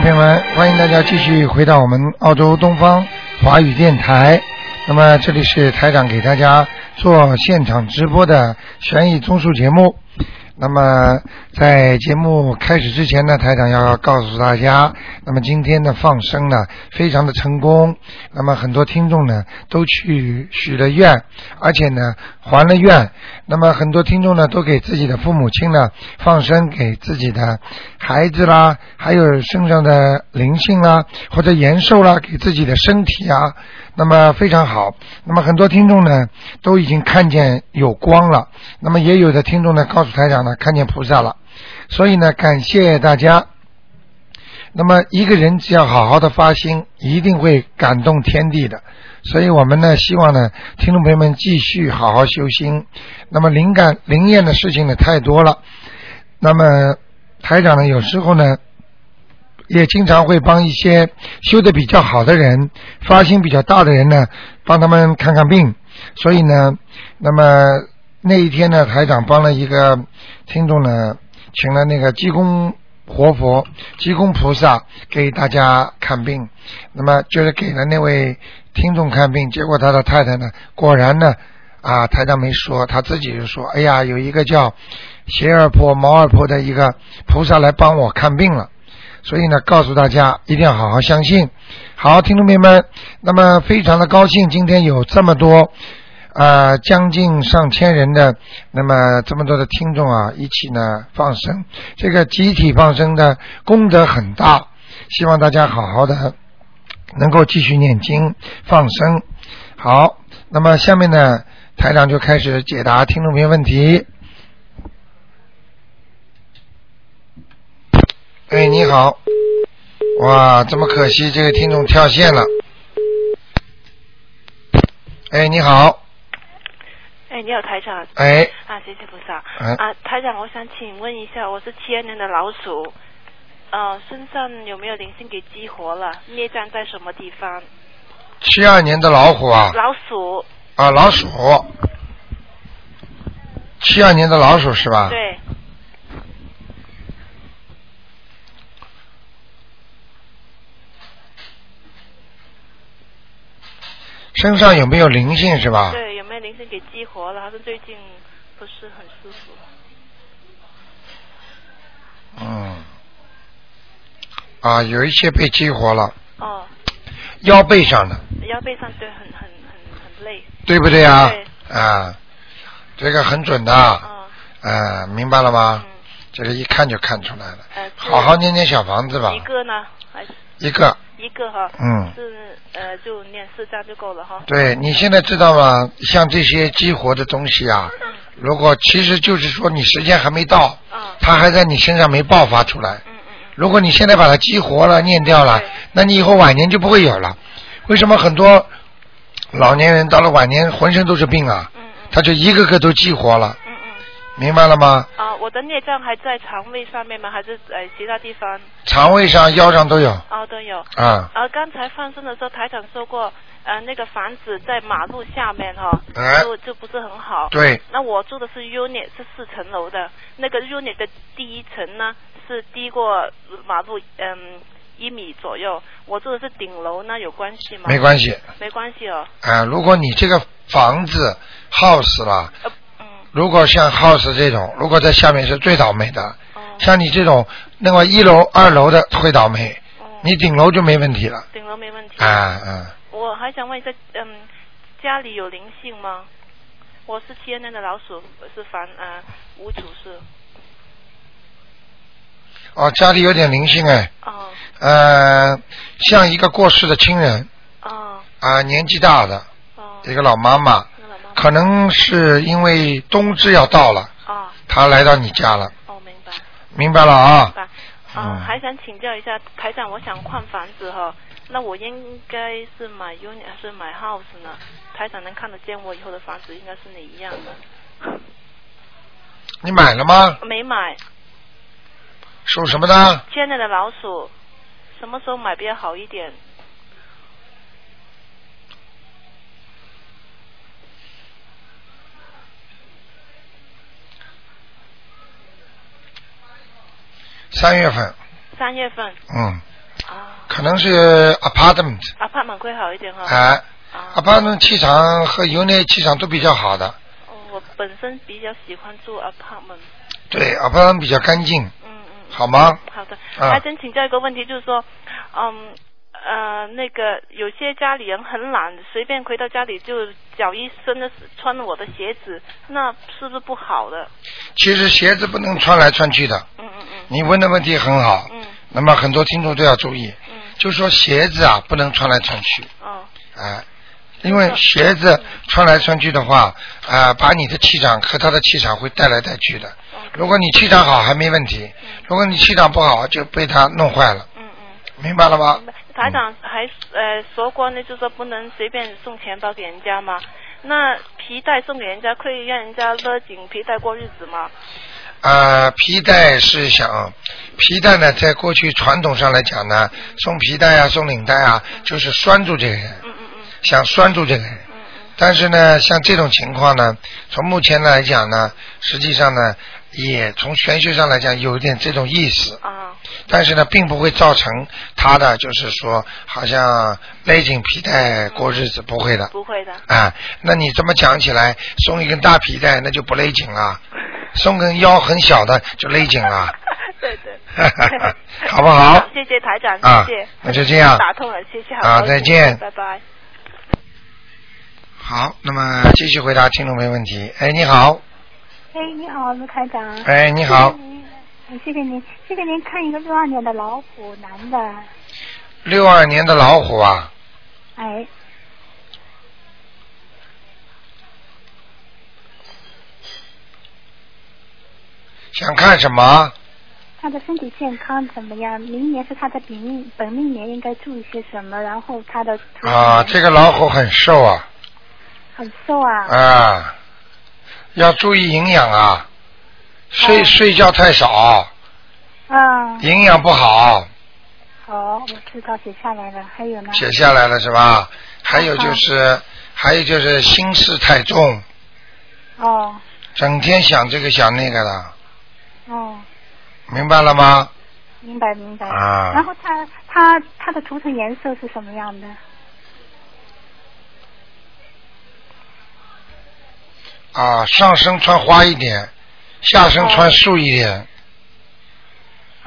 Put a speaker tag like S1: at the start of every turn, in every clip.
S1: 朋友们，欢迎大家继续回到我们澳洲东方华语电台。那么这里是台长给大家做现场直播的悬疑综述节目。那么在节目开始之前呢，台长要告诉大家，那么今天的放生呢非常的成功，那么很多听众呢都去许了愿，而且呢还了愿，那么很多听众呢都给自己的父母亲呢放生给自己的孩子啦，还有身上的灵性啦或者延寿啦，给自己的身体啊，那么非常好。那么很多听众呢都已经看见有光了，那么也有的听众呢告诉台长呢看见菩萨了，所以呢感谢大家。那么一个人只要好好的发心，一定会感动天地的。所以我们呢，希望呢，听众朋友们继续好好修心。那么灵感灵验的事情呢太多了。那么台长呢，有时候呢，也经常会帮一些修的比较好的人、发心比较大的人呢，帮他们看看病。所以呢，那么那一天呢，台长帮了一个听众呢，请了那个济公活佛、济公菩萨给大家看病，那么就是给了那位听众看病，结果他的太太呢，果然呢，啊，台长没说，他自己就说，哎呀，有一个叫鞋二婆、毛二婆的一个菩萨来帮我看病了。所以呢，告诉大家一定要好好相信。好，听众朋友们，那么非常的高兴，今天有这么多呃，将近上千人的，那么这么多的听众啊，一起呢放生，这个集体放生的功德很大，希望大家好好的能够继续念经放生。好，那么下面呢，台长就开始解答听众朋友问题。哎，你好，哇，这么可惜，这个听众跳线了。哎，你好，
S2: 哎，你好，台长。
S1: 哎，
S2: 啊，谢谢菩萨。
S1: 哎
S2: 啊，台长，我想请问一下，我是七二年的老鼠，呃，身上有没有灵性给激活了？孽障在什么地方？
S1: 七二年的老虎啊，
S2: 老鼠，
S1: 啊，老鼠，七二年的老鼠是吧？
S2: 对，
S1: 身上有没有灵性是吧？
S2: 对，有没有灵性给激活了？好像最近不是很舒服。
S1: 嗯，啊，有一些被激活了，
S2: 哦，
S1: 腰背上的，
S2: 腰背上对，很很很很累。
S1: 对不对啊？
S2: 对
S1: 啊，这个很准的，
S2: 嗯
S1: 啊，明白了吗？
S2: 嗯，
S1: 这个一看就看出来了。
S2: 呃，是
S1: 好好念念小房子吧，
S2: 一个呢，还是
S1: 一个，
S2: 一个哈？
S1: 嗯
S2: 是呃，就念四张就够了哈。
S1: 对你现在知道吗？像这些激活的东西啊，如果其实就是说你时间还没到，
S2: 嗯
S1: 它还在你身上没爆发出来。
S2: 嗯嗯嗯，
S1: 如果你现在把它激活了、念掉了
S2: 对，
S1: 那你以后晚年就不会有了。为什么很多老年人到了晚年浑身都是病啊？
S2: 嗯嗯
S1: 他就一个个都激活了，
S2: 嗯嗯。
S1: 明白了吗？
S2: 啊，我的孽障还在肠胃上面吗？还是呃其他地方？
S1: 肠胃上、腰上都有
S2: 哦，都有。
S1: 啊。
S2: 啊，刚才放生的时候，台长说过，呃，那个房子在马路下面哈、
S1: 哎
S2: 就就不是很好。
S1: 对，
S2: 那我住的是 unit，是四层楼的，那个 unit 的第一层呢是低过马路嗯一米左右，我住的是顶楼呢，有关系吗？
S1: 没关系
S2: 没关系哦。
S1: 啊。如果你这个房子耗死了，
S2: 呃，嗯，
S1: 如果像 house 这种，如果在下面是最倒霉的。
S2: 哦，
S1: 像你这种，那么一楼、二楼的会倒霉，
S2: 哦，
S1: 你顶楼就没问题了。
S2: 顶楼没问题。
S1: 啊啊，
S2: 我还想问一下，嗯，家里有灵性吗？我是 T N N 的老鼠，是凡呃无主是。
S1: 哦，家里有点灵性哎，
S2: 哦
S1: 呃，像一个过世的亲人
S2: 哦
S1: 啊、年纪大的
S2: 哦，
S1: 一个老妈妈，
S2: 那个老妈妈。
S1: 可能是因为冬至要到了，
S2: 哦
S1: 她来到你家了，
S2: 哦，明白明
S1: 明白了啊？
S2: 白。
S1: 嗯
S2: 啊，还想请教一下台长，我想换房子哈，那我应该是买 unit 还是买 house 呢？台长能看得见我以后的房子应该是哪一样的？
S1: 你买了吗？
S2: 没买，
S1: 属什么的？
S2: 现在的老鼠，什么时候买比较好一点？
S1: 三月份，
S2: 三月份
S1: 嗯，
S2: 啊
S1: 可能是 apartment
S2: 阿帕满会好一点哈。
S1: 哎、
S2: 啊
S1: a p a r t m e n t 气场和油内气场都比较好的，
S2: 哦我本身比较喜欢住 apartment，
S1: 对 apartment 比较干净，
S2: 嗯嗯。
S1: 好吗？
S2: 好的，
S1: 啊
S2: 还真请教一个问题，就是说，嗯呃，那个有些家里人很懒，随便回到家里就脚一伸的穿我的鞋子，那是不是不好的？
S1: 其实鞋子不能穿来穿去的。
S2: 嗯嗯嗯
S1: 你问的问题很好，
S2: 嗯
S1: 那么很多听众都要注意，
S2: 嗯，
S1: 就说鞋子啊不能穿来穿去，
S2: 哦
S1: 哎、因为鞋子穿来穿去的话，啊、把你的气场和他的气场会带来带去的。
S2: ，OK，
S1: 如果你气场好还没问题，如果你气场不好就被他弄坏了，
S2: 嗯嗯。
S1: 明白了吗
S2: 明？白台长还呃说过呢，就是说不能随便送钱包给人家嘛。那皮带送给人家，可以让人家勒紧皮带过日 子吗？
S1: 呃，皮带是想，皮带呢，在过去传统上来讲呢，送皮带啊，送领带啊，就是拴住这个人，
S2: 嗯嗯嗯
S1: 想拴住这个人。
S2: 嗯嗯
S1: 但是呢，像这种情况呢，从目前来讲呢，实际上呢，也从玄学上来讲有一点这种意思，
S2: 啊
S1: 但是呢，并不会造成他的就是说，好像勒紧皮带过日子，不会的。
S2: 不会的。
S1: 啊，那你这么讲起来，松一根大皮带，那就不勒紧了；松根腰很小的就勒紧了，。
S2: 对对
S1: 好不好
S2: 谢谢台长，
S1: 啊
S2: 谢谢。
S1: 那就这样
S2: 打通了，谢 谢。好
S1: 啊
S2: 多
S1: 再
S2: 谢
S1: 见
S2: 拜拜。
S1: 好，那么继续回答听众朋友问题。哎，你好，
S3: 哎，你好，卢台长。
S1: 哎，你好，
S3: 谢谢您，谢谢您，谢谢您看一个六二年的老虎男的，
S1: 六二年的老虎啊，
S3: 哎，
S1: 想看什么？
S3: 他的身体健康怎么样？明年是他的本命本命年，应该注意些什么？然后他的图腾
S1: 啊，这个老虎很瘦啊，
S3: 很瘦啊，
S1: 啊，要注意营养啊，睡、
S3: 哦
S1: 睡觉太少，
S3: 啊，
S1: 营养不好，
S3: 好，我知道写下来了。还有呢？
S1: 写下来了是吧？还有就是，还有就是心事太重，
S3: 哦
S1: 整天想这个想那个的，
S3: 哦，
S1: 明白了吗？
S3: 明白明白。
S1: 啊
S3: 然后他他他的图腾颜色是什么样的？
S1: 啊，上身穿花一点，下身穿素一点。
S3: 嗯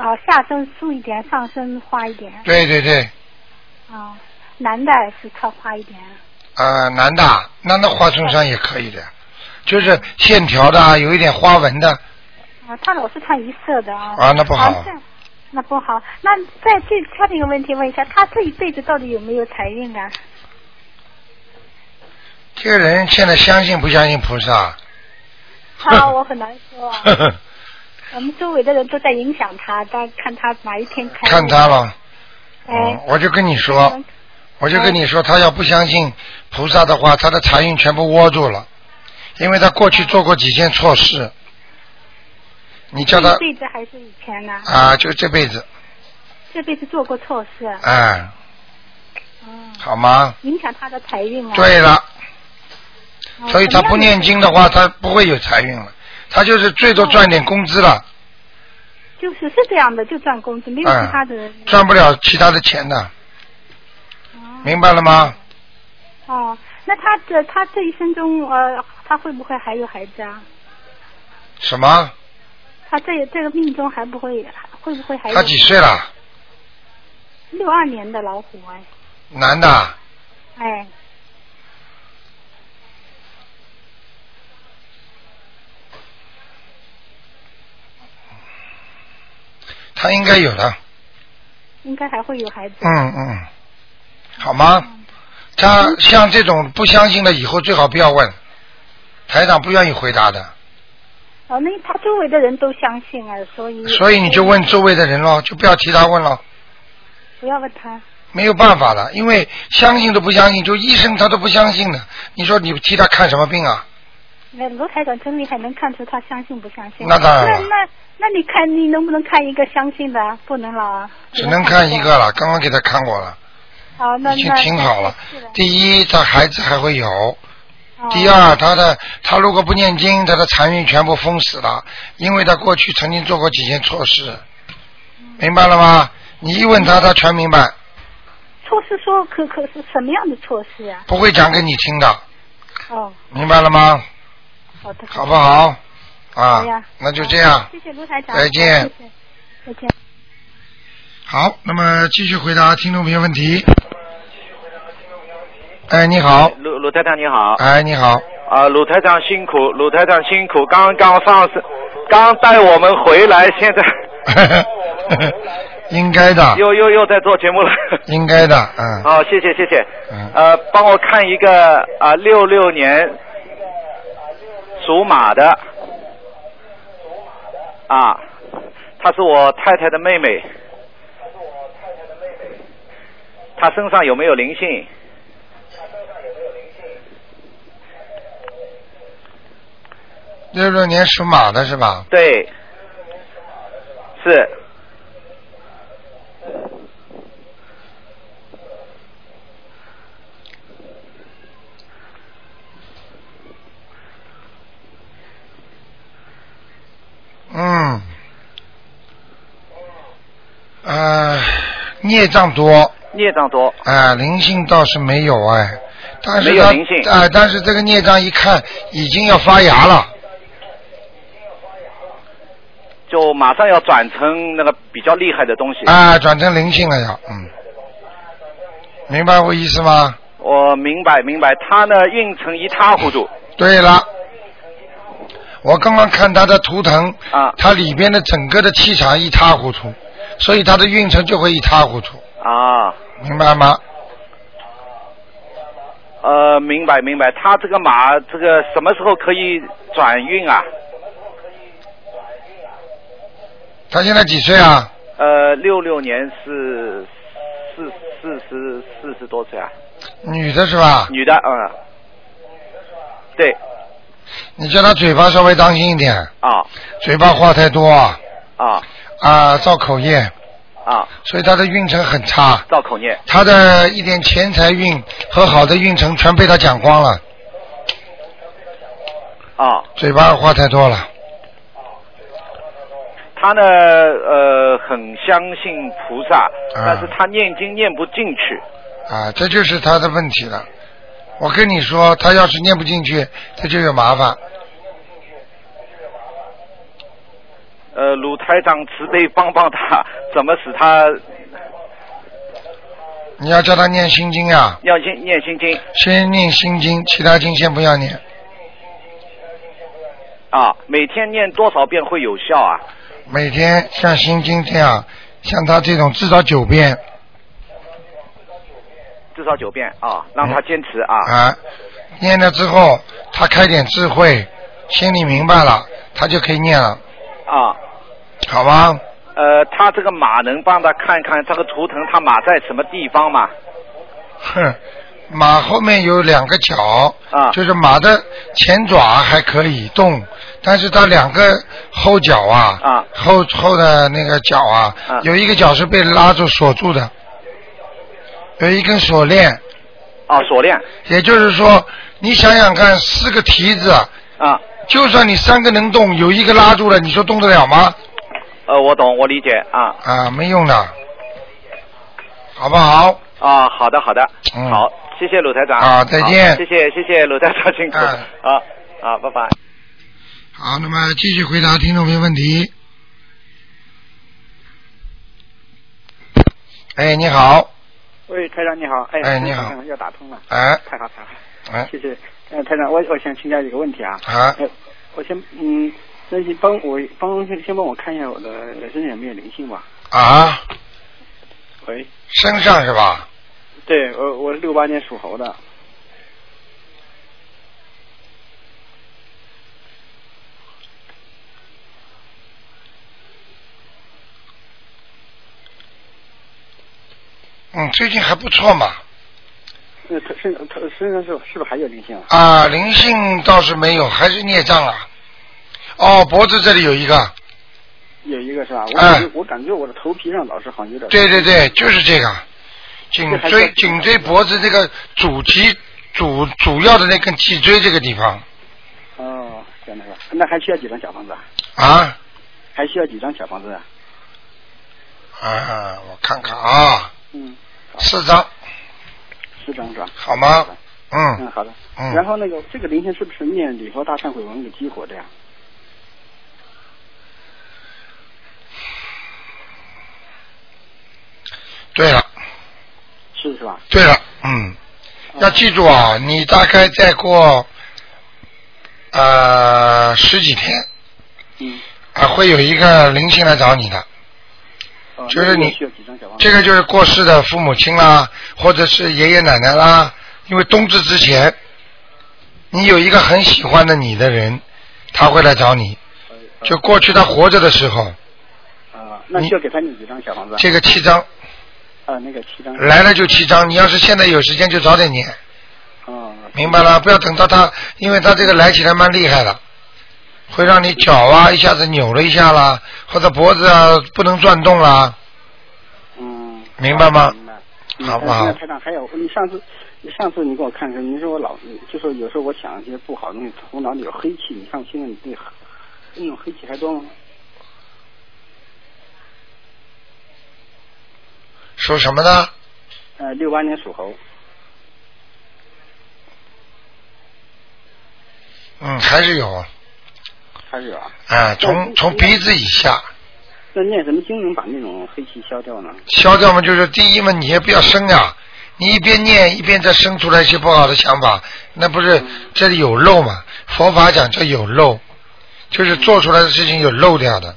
S3: 哦，下身素一点，上身花一点。
S1: 对对对，
S3: 哦，男的是穿花一点。
S1: 呃，男的，男的花衬衫也可以的，就是线条的啊，有一点花纹的，
S3: 啊，他老是穿一色的啊。
S1: 啊那不好
S3: 啊这那不好。那再最下面一个问题问一下，他这一辈子到底有没有财 运啊？
S1: 这个人现在相信不相信菩萨？
S3: 啊，我很难说啊。
S1: 呵呵
S3: 我们周围的人都在影响他，但看他哪一天 开。
S1: 看他。了，嗯
S3: 哎，，
S1: 我就跟你说，我就跟你说，他要不相信菩萨的话，他的财运全部窝住了，因为他过去做过几件错事，你叫他
S3: 这一辈子还是以前呢、
S1: 啊，就这辈子，
S3: 这辈子做过错事，
S1: 哎，
S3: 嗯，
S1: 好吗？
S3: 影响他的财运啊。
S1: 对了，
S3: 嗯
S1: 所以他不念经的话，他不会有财运了，他就是最多赚点工资了，
S3: 就是是这样的，就赚工资，没有其他的。
S1: 哎赚不了其他的钱的，
S3: 嗯
S1: 明白了吗？
S3: 哦，那他这他这一生中，呃，他会不会还有孩子啊？
S1: 什么？
S3: 他这这个命中还不会，会不会还有？
S1: 他几岁了？
S3: 六二年的老虎哎，
S1: 男的，啊
S3: 哎，
S1: 他应该有的，
S3: 应该还会有孩子。
S1: 嗯嗯，好吗？他像这种不相信的，以后最好不要问，台长不愿意回答的，
S3: 哦，那他周围的人都相信啊，所以
S1: 所以你就问周围的人咯，就不要提他问咯。
S3: 不要问他。
S1: 没有办法了，因为相信都不相信，就医生他都不相信的，你说你替他看什么病啊？
S3: 那卢哎台长真厉害，能看出他相信不相信。
S1: 那当然了
S3: 那那那你看你能不能看一个相信的啊？不能了啊。
S1: 只能看一
S3: 个。
S1: 个了，刚刚给他看过了，
S3: 好，哦那
S1: 已经
S3: 嗯那
S1: 挺好了
S3: 是的。
S1: 第一，他孩子还会有；
S3: 哦
S1: 第二，他的他如果不念经，他的财运全部封死了，因为他过去
S3: 嗯
S1: 曾经做过几件错事，明白了吗？你一问他，他全明白。
S3: 措施说可可是什么样的措施
S4: 啊
S3: 呀、
S1: 不会讲给你听的，
S3: 哦，
S1: 明白了吗？
S3: 好的，
S1: 好不好？啊
S3: 好呀，
S1: 那就这样。
S3: 谢谢卢台长，
S1: 再见
S3: 谢谢，再见。
S1: 好，那么继续回答听众朋友问题。哎，你好，
S5: 鲁鲁台长你好，
S1: 哎，你好，
S5: 啊，鲁台长辛苦，鲁台长辛苦，刚刚放生，刚带我们回来，现在
S1: 应该的，
S5: 又又又在做节目了。
S1: 应该的，嗯
S5: 好，谢谢谢谢，
S1: 嗯，
S5: 呃，帮我看一个啊，六、六年属马的，啊，她是我太太的妹妹，她身上有没有灵性？
S1: 六六年属马的是吧？
S5: 对，是
S1: 嗯，呃，孽障多，
S5: 孽障多。
S1: 啊，灵性倒是没有哎，但是
S5: 没有
S1: 他
S5: 灵性
S1: 啊、但是这个孽障一看已经要发芽了，
S5: 就马上要转成那个比较厉害的东西。
S1: 啊、转成灵性了要，嗯，明白我意思吗？
S5: 我明白明白，他呢运成一塌糊涂
S1: 对了，我刚刚看他的图腾，
S5: 啊
S1: 它里边的整个的气场一塌糊涂，所以它的运程就会一塌糊涂，
S5: 啊
S1: 明白吗？
S5: 呃明白明白，他这个马这个什么时候可以转运啊？
S1: 他现在几岁啊？
S5: 呃，六六年是四四十四十多岁啊，
S1: 女的是吧？
S5: 女的嗯，对
S1: 你叫她嘴巴稍微当心一点，
S5: 啊
S1: 嘴巴话太多啊，
S5: 啊
S1: 啊造口业，
S5: 啊，
S1: 所以她的运程很差。
S5: 造口孽
S1: 他的一点钱财运和好的运程全被他讲光了，
S5: 啊，
S1: 嘴巴话太多了。啊
S5: 他呢呃很相信菩萨，但是
S1: 啊
S5: 他念经念不进去
S1: 啊，这就是他的问题了。我跟你说，他要是念不进去，他就有麻烦。
S5: 呃，鲁台长慈悲帮帮他， 怎么使他
S1: 你要叫他念心经啊，
S5: 要念念心经
S1: 先念心经，其他经先不要念。
S5: 啊？每天念多少遍会有效啊？
S1: 每天像心经这样，像他这种至少九遍
S5: 至少九遍啊，
S1: 嗯
S5: 让他坚持啊。
S1: 啊，念了之后，他开点智慧，心里明白了，他就可以念了，
S5: 啊，
S1: 好吗？
S5: 呃，他这个马能帮他看看这个图腾，他马在什么地方吗？
S1: 哼，马后面有两个角，
S5: 啊
S1: 就是马的前爪还可以动，但是它两个后脚啊，
S5: 啊
S1: 后后的那个脚啊，
S5: 啊
S1: 有一个脚是被拉住锁住的，有一根锁链，嗯
S5: 啊，锁链
S1: 也就是说，你想想看，四个蹄子，
S5: 啊，
S1: 就算你三个能动，有一个拉住了，你说动得了吗？
S5: 呃，我懂，我理解啊
S1: 啊，没用的，好不好？
S5: 啊，好的好的，
S1: 嗯
S5: 好，谢谢鲁台长
S1: 啊再见
S5: 好谢谢谢谢鲁台长辛苦
S1: 嗯
S5: 啊啊，拜拜。
S1: 好，那么继续回答听众朋友问题。哎，你好，
S6: 喂，台长你好，哎，
S1: 哎你好
S6: 台长要打通了，
S1: 哎
S6: 太好太好，
S1: 哎
S6: 谢谢。呃，台长，我我想请教几个问题啊。
S1: 啊
S6: 呃，我先嗯，那你帮我帮先先帮我看一下我的身上有没有灵性吧。
S1: 啊，
S6: 喂，
S1: 身上是吧？
S6: 对，我我是六八年属猴的，
S1: 嗯，最近还不错嘛。
S6: 那他身他身上是是不是还有灵性啊？
S1: 啊，灵性倒是没有，还是孽障啊。哦，脖子这里有一个，
S6: 有一个是吧？我
S1: 哎
S6: 感觉我感觉我的头皮上老是好像有点。
S1: 对对对，就是这个，颈
S6: 这还
S1: 椎
S6: 算
S1: 颈椎脖子这个主脊主主要的那根脊椎这个地方
S6: 哦，这样的是吧？那还需要几张小房子啊？
S1: 啊
S6: 还需要几张小房子啊？
S1: 啊，我看看啊，
S6: 嗯，
S1: 四张，
S6: 四张是吧？
S1: 好吗？嗯
S6: 嗯，好的。
S1: 嗯
S6: 然后那个这个灵性是不是念礼佛大忏悔文给激活的呀？
S1: 对了，
S6: 是是吧？
S1: 对了，嗯，要记住啊，你大概再过呃十几天
S6: 嗯。
S1: 啊，会有一个灵性来找你的。
S6: 哦
S1: 就是
S6: 那
S1: 你
S6: 个需要几张小王？
S1: 这个就是过世的父母亲啦，或者是爷爷奶奶啦，因为冬至之前，你有一个很喜欢的你的人，他会来找你。
S6: 呃
S1: 就过去他活着的时候，
S6: 啊，那需要给他念几张小房子啊？
S1: 这个七张
S6: 啊，那个七张。
S1: 来了就七张，你要是现在有时间就早点念，
S6: 啊，
S1: 明白了？不要等到他，因为他这个来起来蛮厉害的，会让你脚啊一下子扭了一下啦，或者脖子啊不能转动啦。
S6: 嗯，
S1: 明白吗
S6: 明白，
S1: 好不好
S6: 嗯那台长，还有你上次，你上次你给我看的时候，你说我老，就说有时候我想一些不好的东西，头脑里有黑气。你看现在你对那种黑气还多吗？
S1: 属什么呢？
S6: 呃，六八年属猴，
S1: 嗯，还是有，
S6: 还是有啊？
S1: 啊，从从鼻子以下。
S6: 那念什么经能把那种黑气消掉呢？
S1: 消掉嘛，就是第一嘛，你也不要生呀、你一边念一边再生出来一些不好的想法，那不是这里有漏嘛？佛法讲叫有漏，就是做出来的事情有漏掉的，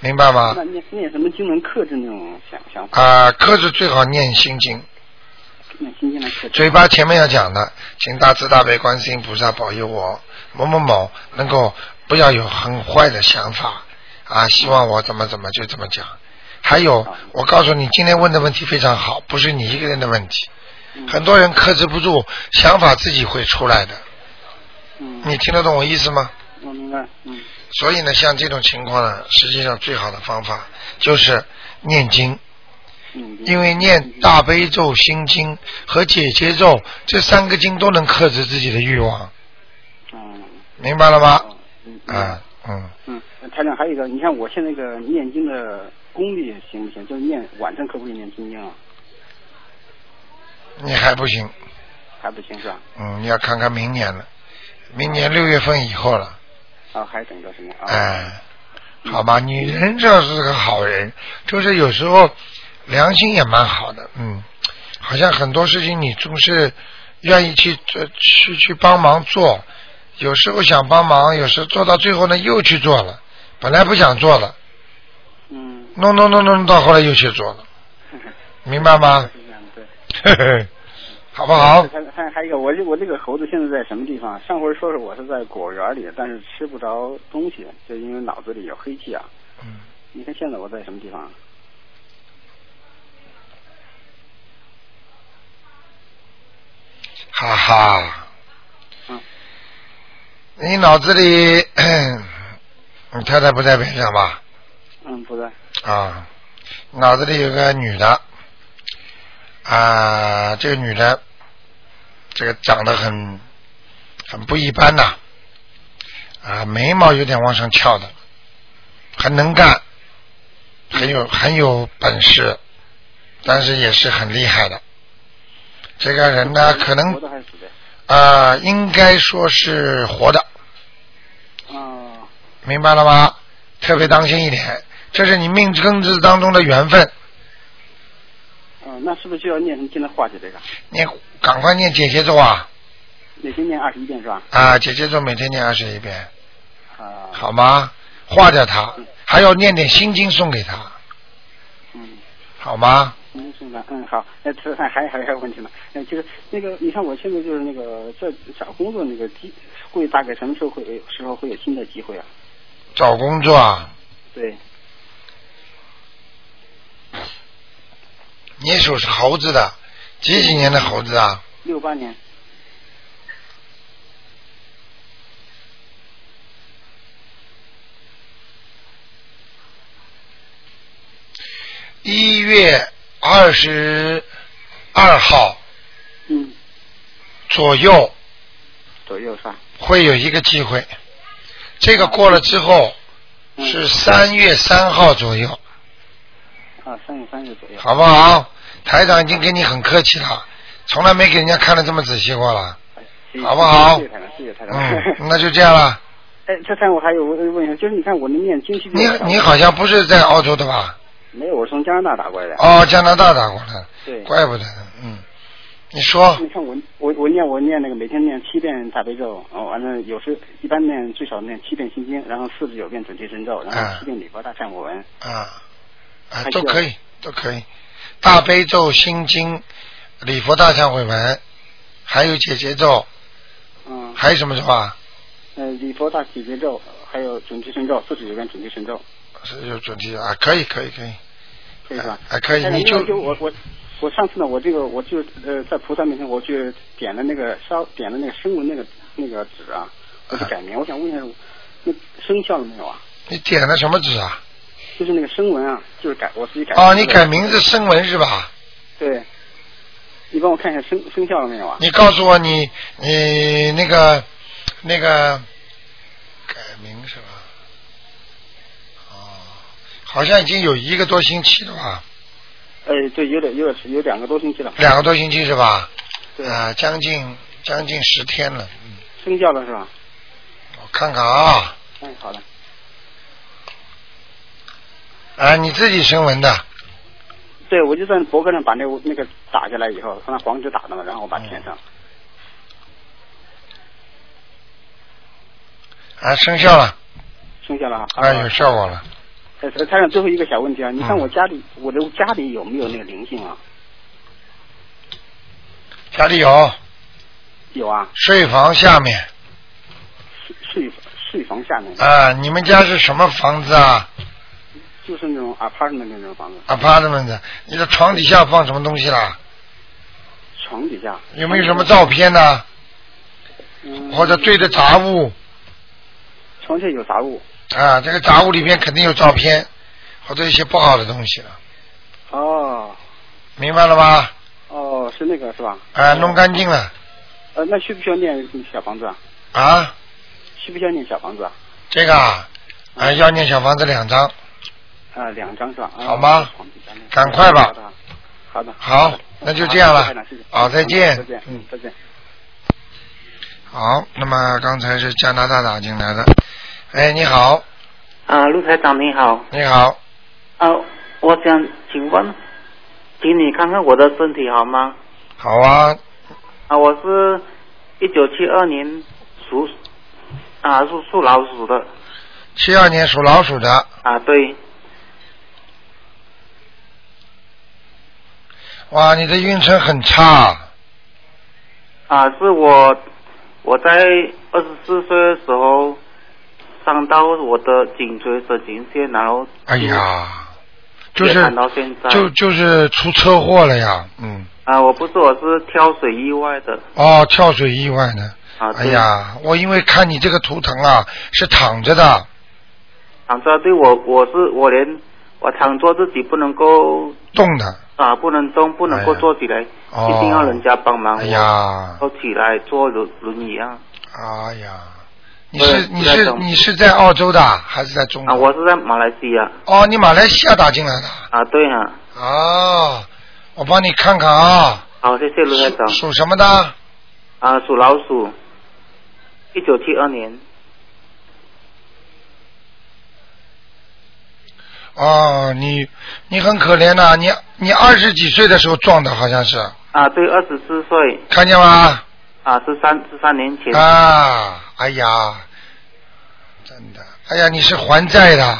S1: 明白吗
S6: 那？念念什么经能克制那种想想法？
S1: 啊，克制最好念心经，
S6: 念心经来克制。
S1: 嘴巴前面要讲的，请大慈大悲观世音菩萨保佑我某某某能够不要有很坏的想法啊，希望我怎么怎么就怎么讲。还有，我告诉你，今天问的问题非常好，不是你一个人的问题，
S6: 嗯
S1: 很多人克制不住，想法自己会出来的。
S6: 嗯，
S1: 你听得懂我意思吗？
S6: 我明白。嗯
S1: 所以呢，像这种情况呢，实际上最好的方法就是念经，
S6: 嗯。
S1: 因为念大悲咒、心经和解结咒这三个经都能克制自己的欲望，
S6: 嗯。
S1: 明白了吗？
S6: 哦嗯。嗯
S1: 啊，嗯，
S6: 嗯，台长，还有一个，你看我现在这个念经的功力行不行？就是念晚上可不可以念心经啊？
S1: 你还不行，
S6: 还不行是吧？
S1: 嗯，你要看看明年了，明年六月份以后了，
S6: 啊，还等个什么？啊，
S1: 哎，好吧，女人这是个好人，就是有时候良心也蛮好的，嗯，好像很多事情你总是愿意去呃去去帮忙做，有时候想帮忙，有时候做到最后呢又去做了，本来不想做了，
S6: 嗯，
S1: 弄弄弄弄到后来又去做 了，明白吗？
S6: 是这样对。
S1: 呵呵， 好不好？
S6: 还还还有一个，我这我这个猴子现在在什么地方？上回说是我是在果园里，但是吃不着东西，就因为脑子里有黑气啊。
S1: 嗯。
S6: 你看现在我在什么地方？
S1: 哈哈。
S6: 嗯
S1: 你脑子里， 你太太不在边上吧？
S6: 嗯，不在。
S1: 啊，脑子里有个女的，啊，这个女的，这个长得很很不一般呐、啊，眉毛有点往上翘的，很能干，很有很有本事，但是也是很厉害的。这个人呢，可能
S6: 活嗯的还是死的？
S1: 啊，应该说是活的，
S6: 啊，
S1: 明白了吗？特别当心一点，这是你命根子当中的缘分，
S6: 啊，那是不是就要念什么经来化解这个？
S1: 你赶快念姐姐咒啊
S6: 每天念二十一遍是吧？
S1: 啊！姐姐咒每天念二十一遍，
S6: 啊，，
S1: 好吗？化掉它，还要念点心经送给他，
S6: 嗯。
S1: 好吗？
S6: 嗯，是的，嗯，好，那这还还还有问题呢，那就是那个，你看我现在就是那个在找工作那个机会，大概什么时候会时候会有新的机会啊？
S1: 找工作啊，
S6: 对，
S1: 你属是猴子的，几几年的猴子啊？
S6: 六八年，
S1: 一月二十二号
S6: 嗯，
S1: 左右
S6: 左右是吧？
S1: 会有一个机会，这个过了之后。
S6: 嗯、
S1: 是三月三号左右，
S6: 啊，三月三日左右。
S1: 好不好？台长已经跟你很客气了，从来没给人家看的这么仔细过了。
S6: 谢谢
S1: 好不好
S6: 谢谢台长，谢谢台长。
S1: 嗯，那就这样了。
S6: 哎，这才我还有问问一下，就是你看我的念经去
S1: 你你好像不是在澳洲的吧？
S6: 没有，我是从加拿大打过来的。
S1: 哦，加拿大打过来，
S6: 对，
S1: 怪不得呢。嗯，你说
S6: 你看我我我念我念那个每天念七遍大悲咒，哦，完了有时一般念最少念七遍心经，然后四十九遍准提神咒，然
S1: 啊
S6: 后七遍礼佛大忏悔文。
S1: 啊啊
S6: 还需
S1: 都
S6: 要
S1: 可以都可以，大悲咒、心经、礼佛大忏悔文，还有解结咒，
S6: 嗯，
S1: 还有什么咒啊？
S6: 呃，礼佛大解结咒，还有准提神咒，四十九遍准提神咒，
S1: 是有准提啊？可以可以可以，
S6: 可以是吧？
S1: 还啊可以，
S6: 哎
S1: 你
S6: 另外
S1: 就
S6: 就我我我上次呢，我这个我就呃在菩萨面前，我去点了那个烧点了那个生文那个那个纸啊，我去改名，我想问一下，那生效了没有啊？
S1: 你点了什么纸啊？
S6: 就是那个声纹啊，就是改我自己改。
S1: 哦，你改名字。声纹是吧？
S6: 对。你帮我看一下生生效了没有啊？
S1: 你告诉我你你那个那个改名是吧？哦，好像已经有一个多星期了吧？
S6: 呃，对，有点有点有两个多星期了。
S1: 两个多星期是吧？
S6: 对，
S1: 啊，将近将近十天了。嗯，
S6: 生效了是吧？
S1: 我看看啊，
S6: 哎，好的。
S1: 啊，你自己声纹的，
S6: 对，我就在博客上把那个那个打下来以后，他那黄纸打上了，然后我把填上。
S1: 嗯啊，生效了，
S6: 生效了啊！
S1: 啊，有效果了。
S6: 呃，台长，最后一个小问题啊，你看
S1: 嗯
S6: 我家里，我的家里有没有那个灵性啊？
S1: 家里有
S6: 有啊，
S1: 睡房下面
S6: 睡睡睡房下面，
S1: 啊，你们家是什么房子啊
S6: 就是那种 apartment 那种房子，
S1: ？apartment，你的床底下放什么东西啦？
S6: 床底下
S1: 有没有什么照片呢、
S6: 嗯
S1: 或者对着杂物
S6: 床下有杂物
S1: 啊，这个杂物里面肯定有照片，或者一些不好的东西了，
S6: 哦
S1: 明白了吧？
S6: 哦，是那个是吧？
S1: 啊，弄干净了
S6: 呃，那需不需要念小房子啊？
S1: 啊，
S6: 需不需要念小房子啊？
S1: 这个啊，啊要念小房子两张，
S6: 啊，两张是吧？啊
S1: 好吗
S6: 床底下那个
S1: 赶快吧
S6: 好的。好的。
S1: 好
S6: 的
S1: 那就这样了
S6: 好的谢谢
S1: 好再见
S6: 再见，
S1: 嗯
S6: 嗯，再见。
S1: 好，那么刚才是加拿大打进来的，哎，你好，
S7: 啊，陆台长你好，
S1: 你好，
S7: 啊，我想请问，请你看看我的身体好吗？
S1: 好啊，
S7: 啊，我是一九七二年属啊属属老鼠的
S1: 七二年属老鼠的，
S7: 啊，对，
S1: 哇，你的运程很差，
S7: 啊，是我我在二十四岁的时候伤到我的颈椎神经线，然后
S1: 哎呀，就是
S7: 嗯也砍到现在
S1: 就就是出车祸了呀，嗯，
S7: 啊，我不是我是跳水意外的
S1: 哦，跳水意外呢，
S7: 啊，
S1: 哎
S7: 对，
S1: 呀，我因为看你这个图腾啊，是躺着的，
S7: 躺着对我我是我连我躺着自己不能够
S1: 动的，
S7: 啊，不能动，不能够
S1: 哎呀
S7: 坐起来，
S1: 哦
S7: 一定要啊人家帮忙。
S1: 哎呀，
S7: 我，坐起来坐轮轮椅啊！
S1: 哎呀，你是
S7: 对
S1: 你是
S7: 那种
S1: 你是在澳洲的还是在中
S7: 啊，
S1: 国？
S7: 我是在马来西亚
S1: 哦，你马来西亚打进来的，
S7: 啊，对啊，
S1: 哦，我帮你看看啊，
S7: 好，谢谢卢台长
S1: 属属什么的？
S7: 啊，属老鼠，一九七二年
S1: 哦，你你很可怜呐、你你二十几岁的时候撞的，好像是，
S7: 啊，对，二十四岁
S1: 看见吗？
S7: 啊，十三十三年前
S1: 啊，哎呀，真的，哎呀，你是还债的，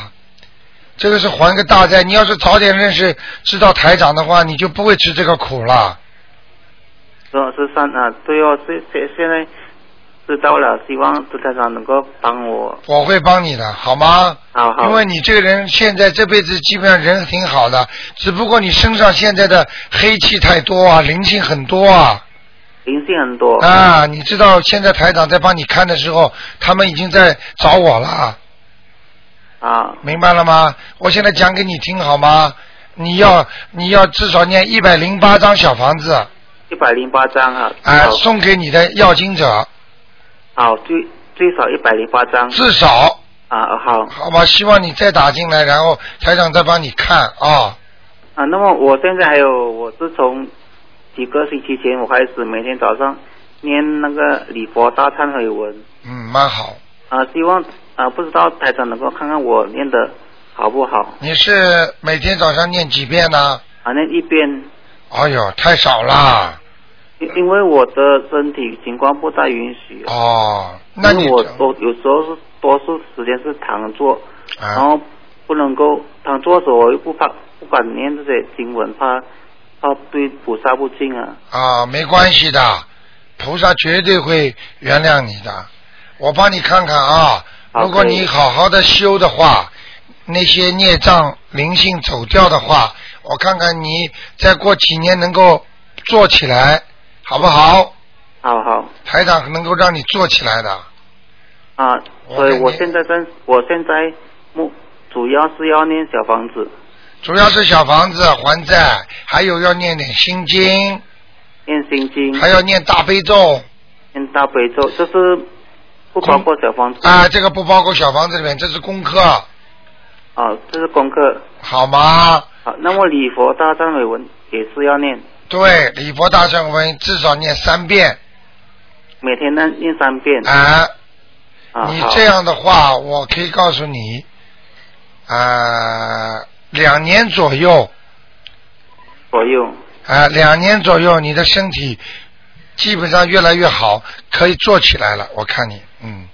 S1: 这个是还个大债。你要是早点认识知道台长的话，你就不会吃这个苦了。
S7: 十三啊，对哦，现现现在知道了，希望卢台长能够帮我，
S1: 我会帮你的，好吗？
S7: 好好
S1: 因为你这个人现在这辈子基本上人挺好的，只不过你身上现在的黑气太多啊，灵性很多啊。
S7: 灵性很多
S1: 啊，你知道现在台长在帮你看的时候，他们已经在找我了。
S7: 啊
S1: 明白了吗？我现在讲给你听好吗？你要你要至少念一百零八张小房子啊、
S7: 一百零八张啊，
S1: 哎送给你的要经者，
S7: 好，好最最少一百零八张
S1: 至少
S7: 啊，好。
S1: 好吧？希望你再打进来，然后台长再帮你看啊、
S7: 啊，那么我现在还有，我自从几个星期前我开始每天早上念那个礼佛大忏悔文
S1: 嗯，蛮好。
S7: 啊，希望啊不知道台长能够看看我念的好不好
S1: 你是每天早上念几遍呢？
S7: 啊，念一遍，
S1: 哎呦，太少啊啦！
S7: 因因为我的身体情况不太允许，啊
S1: 哦，那
S7: 因
S1: 你
S7: 为我我有时候是多数时间是躺坐，然
S1: 啊，
S7: 后不能够躺坐着，我又不怕不敢念这些经文，怕怕对菩萨不敬啊。
S1: 啊，没关系的，菩萨绝对会原谅你的。我帮你看看啊，
S7: 好
S1: 如果
S7: 可以
S1: 你好好的修的话，那些孽障灵性走掉的话，我看看你再过几年能够做起来，好不好？
S7: 好好
S1: 台长能够让你做起来的。
S7: 啊，
S1: 我
S7: 所以
S1: 感
S7: 我
S1: 觉
S7: 现在正，我现在目主要是要念小房子，
S1: 主要是小房子还债，还有要念点心经，
S7: 念心经，
S1: 还要念大悲咒
S7: 念大悲咒，这是不包括小房子
S1: 啊，这个不包括小房子里面，这是功课，
S7: 啊，这是功课。
S1: 好吗？
S7: 好，那么礼佛大忏悔文也是要念，
S1: 对，礼佛大忏悔文至少念三遍
S7: 每天念念三遍
S1: 啊。
S7: 啊。
S1: 你
S7: 好
S1: 这样的话，我可以告诉你，啊，两年左右，
S7: 左右
S1: 啊，两年左右，你的身体基本上越来越好，可以坐起来了。我看你，嗯，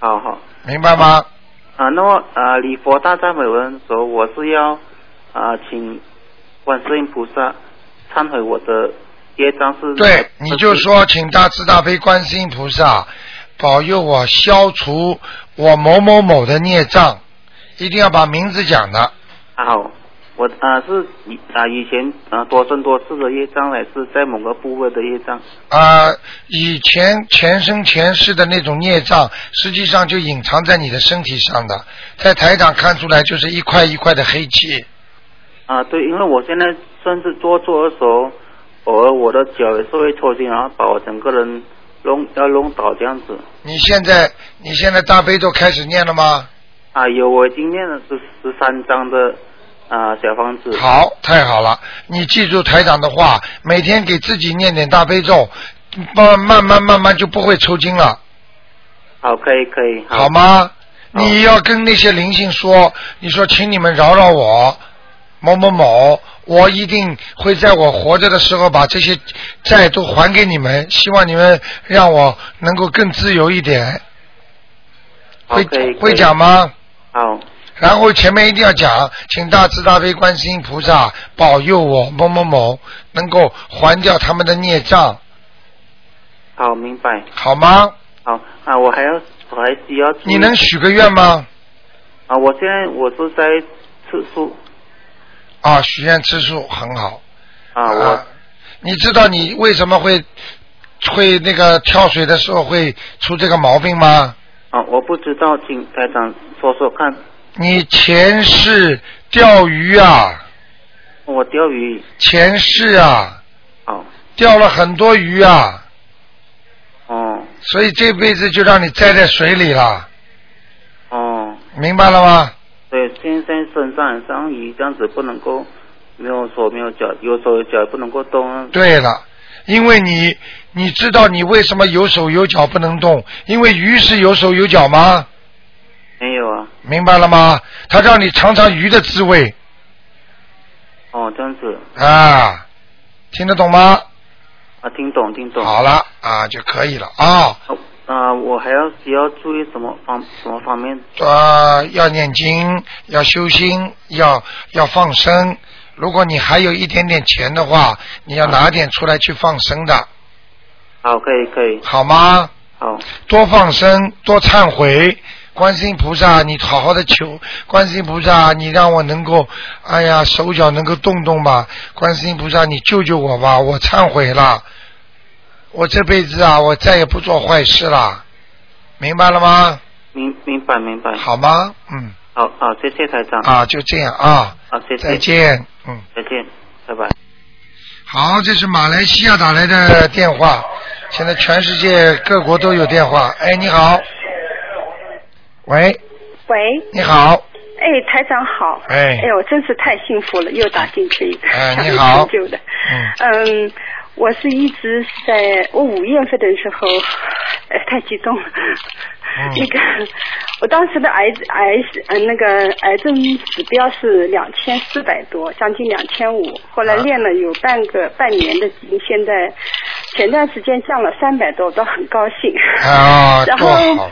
S7: 好好。
S1: 明白吗？
S7: 啊，那么啊，礼佛大忏悔文的时候，我是要啊，请观世音菩萨忏悔我的业障是。
S1: 对，你就说请大慈大悲观世音菩萨保佑我消除我某某某的孽障，一定要把名字讲的。
S7: 啊好，我啊是以啊以前啊多生多世的业障，还是在某个部位的业障
S1: 啊、以前前生前世的那种孽障，实际上就隐藏在你的身体上的，在台长看出来就是一块一块的黑气。
S7: 啊？对，因为我现在甚至做坐的时候，偶尔我的脚也是会抽筋，然后把我整个人弄要弄倒这样子。
S1: 你现在你现在大悲咒开始念了吗？
S7: 啊，有我已经念了十十三章的啊小方子。
S1: 好，太好了！你记住台长的话，每天给自己念点大悲咒，慢慢慢慢慢就不会抽筋了。
S7: 好，可以可以，
S1: 好？吗？
S7: 好
S1: 你要跟那些灵性说，你说请你们饶饶我，某某某，我一定会在我活着的时候把这些债都还给你们，希望你们让我能够更自由一点。
S7: 好
S1: 会
S7: 可以可以
S1: 会讲吗？
S7: 好，
S1: 然后前面一定要讲，请大慈大悲观世音菩萨保佑我某某某能够还掉他们的孽障，
S7: 好，明白。
S1: 好吗？
S7: 好啊，我还要，我还需要注意。
S1: 你能许个愿吗？
S7: 啊？我现在我是在吃素
S1: 啊，许愿吃素很好。
S7: 啊，我
S1: 你知道你为什么会会那个跳水的时候会出这个毛病吗？
S7: 啊，我不知道，请台长说说看。
S1: 你前世钓鱼啊，
S7: 我钓鱼，
S1: 前世啊，
S7: 好，
S1: 钓了很多鱼啊，
S7: 哦
S1: 所以这辈子就让你栽在水里了，
S7: 哦，
S1: 明白了吗？
S7: 对，现在身上上鱼这样子不能够，没有手没有脚，有手有脚也不能够动啊。
S1: 对了，因为你你知道你为什么有手有脚不能动，因为鱼是有手有脚吗？
S7: 没有啊，
S1: 明白了吗？它让你尝尝鱼的滋味
S7: 哦，这样子
S1: 啊，听得懂吗？
S7: 啊，听懂听懂。
S1: 好了啊就可以了啊。
S7: 啊，我还要需要注意什么方什么方面？
S1: 呃，要念经，要修心，要要放生。如果你还有一点点钱的话，你要拿点出来去放生的，
S7: 好，可以可以，
S1: 好吗？
S7: 好，
S1: 多放生，多忏悔。观世音菩萨，你好好的求观世音菩萨，你让我能够，哎呀，手脚能够动动吧。观世音菩萨，你救救我吧，我忏悔了，我这辈子啊，我再也不做坏事了，明白了吗？
S7: 明明白明白。
S1: 好吗？嗯，
S7: 好好，谢谢台长。
S1: 啊，就这样啊。
S7: 好，谢谢，
S1: 再，见，嗯，
S7: 再见，拜拜。
S1: 好，这是马来西亚打来的电话，现在全世界各国都有电话。哎，你好，喂，
S8: 喂，
S1: 你好，
S8: 哎，台长好。
S1: 哎
S8: 哎，我真是太幸福了，又打进去一个。
S1: 哎
S8: 想
S1: 你好
S8: 很久的。嗯，我是一直在我五月份的时候，哎，太激动了。
S1: 嗯
S8: 那个，我当时的癌癌呃那个癌症指标是两千四百多，将近两千五。后
S1: 啊
S8: 来练了有半个半年的经，现在前段时间降了三百多，我都很高兴。
S1: 啊，
S8: 然后
S1: 多好，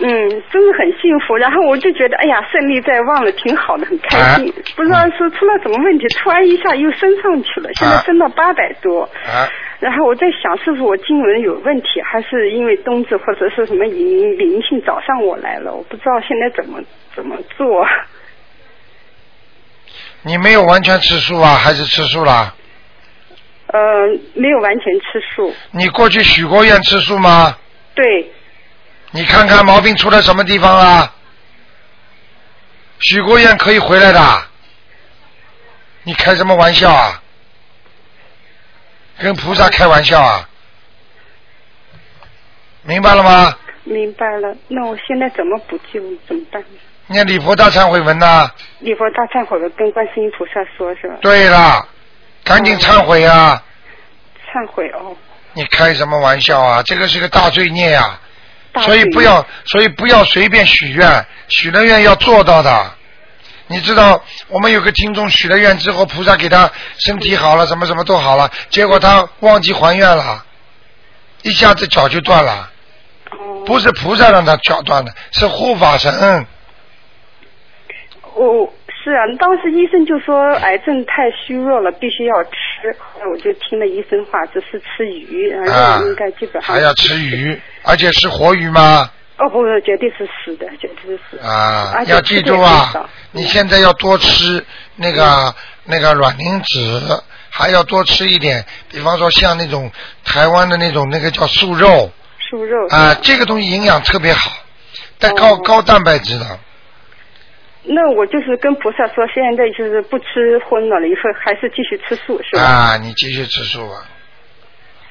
S8: 嗯，真的很幸福。然后我就觉得，哎呀，胜利在望了，挺好的，很
S1: 哎
S8: 开心。不知道是出了什么问题，突然一下又升上去了，现在
S1: 啊
S8: 升到八百多。
S1: 啊
S8: 然后我在想，是不是我经文有问题，还是因为冬至或者是什么灵灵性找上我来了？我不知道现在怎么怎么做。
S1: 你没有完全吃素啊，还是吃素啦？
S8: 呃，没有完全吃素，
S1: 你过去许过愿吃素吗？
S8: 对，
S1: 你看看毛病出在什么地方啦？许过愿可以回来的，你开什么玩笑啊？跟菩萨开玩笑啊？明白了吗？
S8: 明白了。那我现在怎么补救？怎么办？
S1: 念礼佛大忏悔文呐。
S8: 礼佛大忏悔文跟观世音菩萨说是吧？
S1: 对了，赶紧忏悔啊！
S8: 忏悔哦。
S1: 你开什么玩笑啊？这个是个大罪孽呀、
S8: 大
S1: 所以
S8: 罪
S1: 不
S8: 孽
S1: 要，所以不要随便许愿，许了愿要做到的。你知道，我们有个听众许了愿之后，菩萨给他身体好了，
S8: 嗯
S1: 什么什么都好了，结果他忘记还愿了，一下子脚就断了。
S8: 哦
S1: 不是菩萨让他脚断的，是护法神。
S8: 我是啊，当时医生就说癌症太虚弱了，必须要吃。后来我就听了医生话，只是吃鱼，然
S1: 啊
S8: 后应该基本上
S1: 还要吃鱼，而且是活鱼吗？
S8: 哦不，绝对是死的，绝对是死的。
S1: 啊
S8: 而，且
S1: 要
S8: 吃
S1: 记
S8: 得也
S1: 住
S8: 很
S1: 啊
S8: 少！嗯
S1: 你现在要多吃那个那个卵磷脂，还要多吃一点，比方说像那种台湾的那种那个叫素肉
S8: 素肉
S1: 啊，这个东西营养特别好，但
S8: 哦
S1: 高高蛋白质的。
S8: 那我就是跟菩萨说，现在就是不吃荤了，以后还是继续吃素，是吧？
S1: 啊，你继续吃素吧。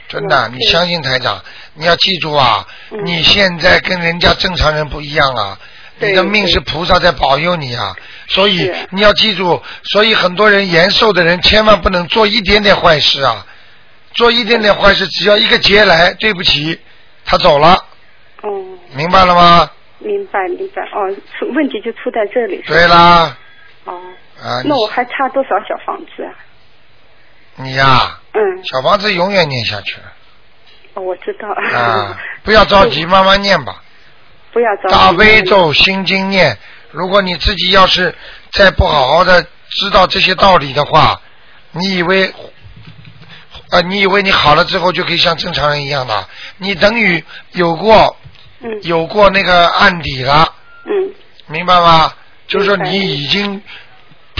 S1: 真
S8: 嗯
S1: 的，你相信台长，你要记住啊！你现在跟人家正常人不一样啊，
S8: 对
S1: 你的命是菩萨在保佑你啊，所以
S8: 是
S1: 你要记住，所以很多人延寿的人千万不能做一点点坏事啊，做一点点坏事，只要一个劫来，对不起，他走了，
S8: 哦，
S1: 明白了吗？
S8: 明白明白。哦，出问题就出在这里。是吧
S1: 对。啦，
S8: 哦，
S1: 啊，
S8: 那我还差多少小房子啊？
S1: 你呀、
S8: 嗯，
S1: 小房子永远念下去
S8: 哦我知道。
S1: 啊，不要着急，慢慢念吧。
S8: 不要着急。
S1: 大悲咒、心经念。如果你自己要是再不好好的知道这些道理的话，你以为，呃，你以为你好了之后就可以像正常人一样的？你等于有过
S8: 嗯
S1: 有过那个案底了，
S8: 嗯
S1: 明白吗？就是说
S8: 明白
S1: 你已经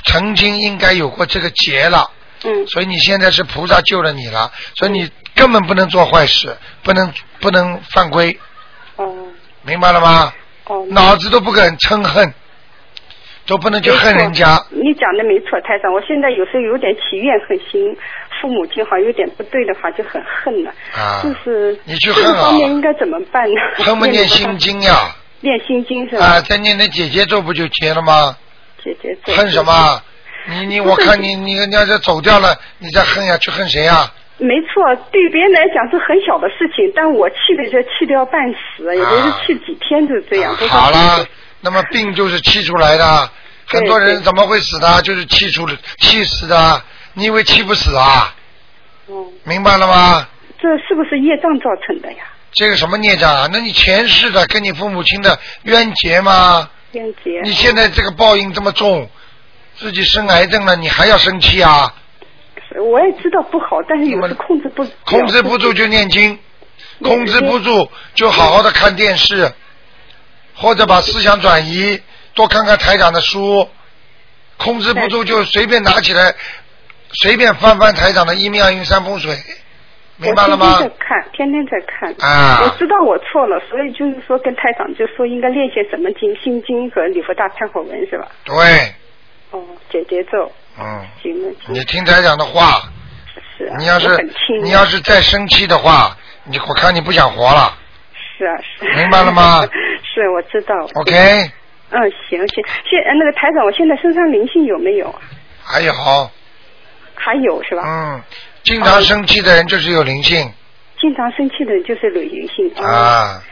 S1: 曾经应该有过这个劫了，
S8: 嗯
S1: 所以你现在是菩萨救了你了，所以你根本不能做坏事，不能不能犯规，
S8: 哦
S1: 明白了吗？
S8: 哦。
S1: 脑子都不肯嗔恨，都不能去恨人家。
S8: 你讲的没错，台长，我现在有时候有点起怨恨心，父母亲好像有点不对的话就很恨了。
S1: 啊
S8: 就是
S1: 你去
S8: 这
S1: 恨
S8: 个
S1: 啊
S8: 方面应该怎么办呢？
S1: 恨不念心经呀、
S8: 念心经是
S1: 啊，
S8: 吧？
S1: 再念点姐姐咒不就结了吗？
S8: 姐姐做
S1: 恨什？么？你你我看你你你要是走掉了，你再恨呀，去恨谁呀？
S8: 没错，对别人来讲是很小的事情，但我气的就气的要半死，有的是气几天就这样。不
S1: 啊
S8: 是
S1: 好啦，那么病就是气出来的，
S8: 对
S1: 很多人
S8: 对
S1: 怎么会死的？就是气出气死的，你以为气不死啊？
S8: 哦，
S1: 明白了吗？
S8: 这是不是业障造成的呀？
S1: 这个什么孽障啊？那你前世的跟你父母亲的冤结吗？
S8: 冤结。
S1: 你现在这个报应这么重，自己生癌症了，你还要生气啊？
S8: 我也知道不好，但是有时控制不了
S1: 控制不住就念经，控制不住就好好的看电视，或者把思想转移，多看看台长的书。控制不住就随便拿起来，随便翻翻台长的一命二运三风水，明白了吗
S8: 我？天天在看，天天在看。
S1: 啊
S8: 我知道我错了，所以就是说跟台长就说应该练些什么经，心经和礼佛大忏悔文是吧？
S1: 对，
S8: 哦，姐姐咒，
S1: 嗯，
S8: 行了，行
S1: 你听台长的话，
S8: 是啊，
S1: 你要
S8: 我
S1: 是
S8: 很轻，
S1: 你要是再生气的话，你我看你不想活了。
S8: 是啊是啊，
S1: 明白了吗
S8: 是，我知道。
S1: OK，
S8: 嗯，行行，现呃那个台长，我现在身上灵性有没有？
S1: 还有，
S8: 还有是吧？
S1: 嗯，经常生气的人就是有灵性
S8: 经常生气的人就是有灵性。哦
S1: 啊。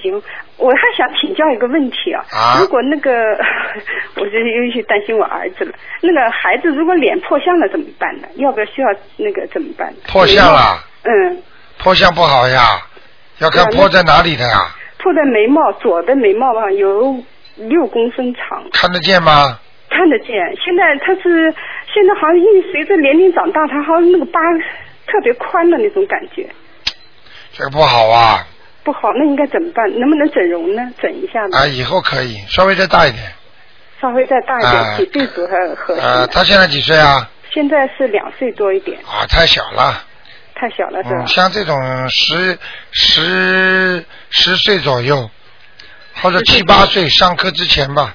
S8: 行，我还想请教一个问题啊。
S1: 啊
S8: 如果那个， 我就是有些担心我儿子了。那个孩子如果脸破相了怎么办呢？要不要需要那个怎么办？
S1: 破相。了，
S8: 嗯，
S1: 破相不好呀，要看
S8: 对啊
S1: 破在哪里的呀，
S8: 破在眉毛左的眉毛上有六公分长，
S1: 看得见吗？
S8: 看得见。现在他是现在好像因为随着年龄长大，他好像那个疤特别宽的那种感觉。
S1: 这个不好啊，
S8: 不好，那应该怎么办？能不能整容呢？整一下呢？
S1: 啊，以后可以稍微再大一点，
S8: 稍微再大一
S1: 啊
S8: 点，几岁左右合适
S1: 呃，
S8: 呢？
S1: 他现在几岁啊？
S8: 现在是两岁多一点，
S1: 啊，太小了，
S8: 太小了是吧
S1: 嗯，？像这种十十十岁左右，或者七八岁上课之前吧，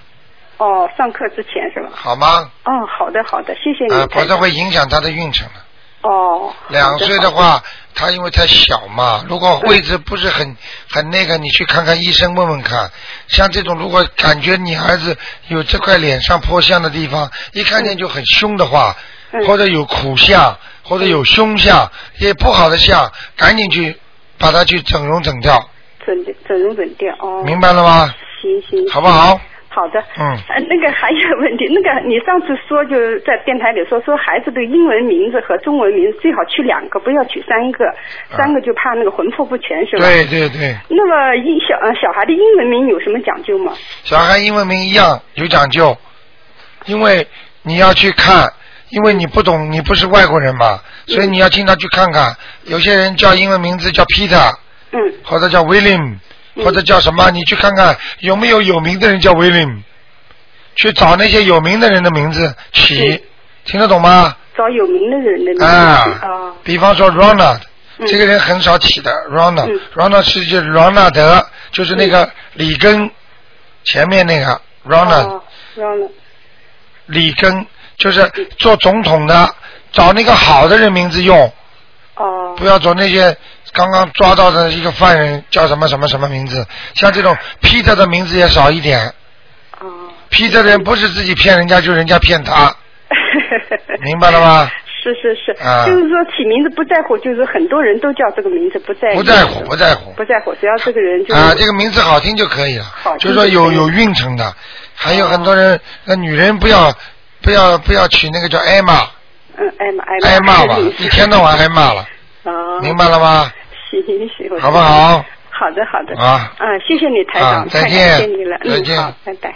S8: 哦，上课之前是吧？
S1: 好吗？
S8: 哦，好的好的，谢谢
S1: 啊
S8: 你，。
S1: 否
S8: 台
S1: 则
S8: 长
S1: 会影响他的运程的。
S8: 哦，
S1: 两岁的
S8: 好的，
S1: 话，他因为太小嘛，如果位置不是很很那个，你去看看医生问问看。像这种，如果感觉你儿子有这块脸上坡相的地方，一看见就很凶的话，
S8: 嗯
S1: 或者有苦相，或者有凶相，也不好的相，赶紧去把它去整容整掉，
S8: 整整容整掉哦。
S1: 明白了吗？
S8: 行行，
S1: 好不好？
S8: 好的。
S1: 嗯
S8: 呃，那个还有一个问题，那 个你上次说就是在电台里说说孩子的英文名字和中文名字最好取两个，不要取三个，三个就怕那个魂魄不全是吧？。
S1: 嗯对对对，
S8: 那么英小呃小孩的英文名有什么讲究吗？
S1: 小孩英文名一样有讲究，因为你要去看，因为你不懂，你不是外国人嘛，
S8: 嗯
S1: 所以你要经常去看看。有些人叫英文名字叫 Peter，
S8: 嗯，
S1: 或者叫 William，
S8: 嗯
S1: 或者叫什么，你去看看有没有有名的人叫 William，去找那些有名的人的名字起
S8: 嗯，
S1: 听得懂吗？
S8: 找有名的人的名字
S1: 啊，比方说 Ronald，、
S8: 嗯
S1: 这个人很少起的 Ronald，Ronald、
S8: 嗯
S1: Ronald 是就罗纳德，就是那个里根、前面那个 Ronald、
S8: 哦，Ronald，
S1: 里根，就是做总统的，找那个好的人名字用，
S8: 哦，
S1: 不要找那些刚刚抓到的一个犯人叫什么什么什么名字，像这种 Peter 的名字也少一点
S8: 哦，
S1: ，Peter 的人不是自己骗人家，就是人家骗 他，明白了吗？
S8: 是是是，
S1: 啊
S8: 就是说起名字不在乎，就是很多人都叫这个名字，不在
S1: 不在乎，不在乎。
S8: 不在乎，只要这个哎人就是
S1: 啊，这个名字好听就可以了
S8: 好，
S1: 就
S8: 听
S1: 说有
S8: 就可以
S1: 有运程的，还有很多
S8: 哦
S1: 人，那女人不要不要不要娶那个叫艾 玛，
S8: 嗯挨骂挨骂
S1: 挨骂吧
S8: 是，
S1: 一天到晚挨骂了，
S8: 哦，
S1: 明白了吗？
S8: 行行，我
S1: 好不好？
S8: 好的好的
S1: 啊
S8: 嗯，谢谢你台
S1: 啊
S8: 长，
S1: 再
S8: 太
S1: 见
S8: 感谢你了，
S1: 再
S8: 嗯，
S1: 见
S8: 好，拜拜。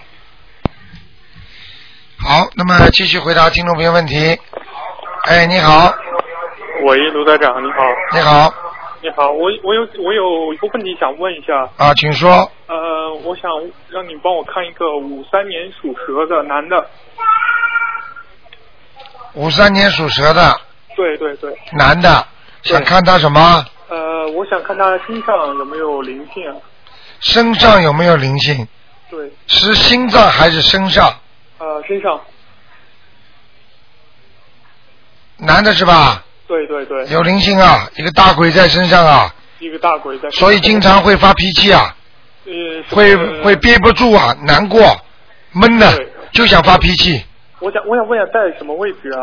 S1: 好，那么继续回答听众朋友问题。哎，你好，
S9: 喂，卢台长，你好，
S1: 你好
S9: 你好，我我有我有一个问题想问一下，
S1: 啊，请说。
S9: 呃，我想让你帮我看一个五三年属蛇的男的，
S1: 五三年属蛇的
S9: 对对对，
S1: 男的，
S9: 对
S1: 想看他什么？
S9: 呃，我想看他身上有没有灵性啊，
S1: 身上有没有灵性？
S9: 对，
S1: 是心脏还是身上？
S9: 呃，身上，
S1: 男的是吧？
S9: 对对对，
S1: 有灵性啊，一个大鬼在身上啊，
S9: 一个大鬼在身上，
S1: 所以经常会发脾气啊，
S9: 呃是
S1: 会
S9: 呃
S1: 会憋不住啊，难过，闷的
S9: 对，
S1: 就想发脾气。
S9: 我想我想问一下在什么位置啊？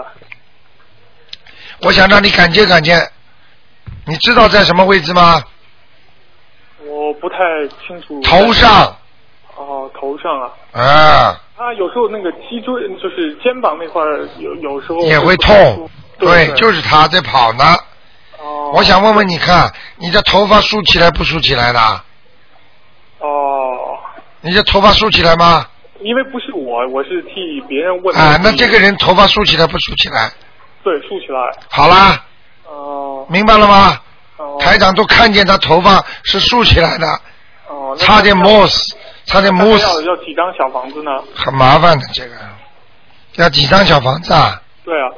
S1: 我想让你感觉感觉，你知道在什么位置吗？
S9: 我不太清楚，
S1: 头上
S9: 哦，头上啊，
S1: 啊，
S9: 他有时候那个脊椎就是肩膀那块儿有有时候
S1: 也会
S9: 不太舒
S1: 痛
S9: 服，
S1: 对
S9: 对，，
S1: 就是他在跑呢。
S9: 哦，
S1: 我想问问你看，你的头发梳起来不梳起来的？
S9: 哦，
S1: 你的头发梳起来吗？
S9: 因为不是我，我是替别人问的
S1: 啊，那这个人头发梳起来不梳起来？
S9: 对竖起来，
S1: 好啦，
S9: 哦、
S1: 明白了吗？
S9: 哦
S1: 台长都看见他头发是竖起来的，
S9: 哦，那
S1: 差点
S9: 他
S1: 摸死，差点
S9: 要
S1: 摸
S9: 他
S1: 死，
S9: 要要几张小房子呢？
S1: 很麻烦的这个。要几张小房子啊？
S9: 对啊，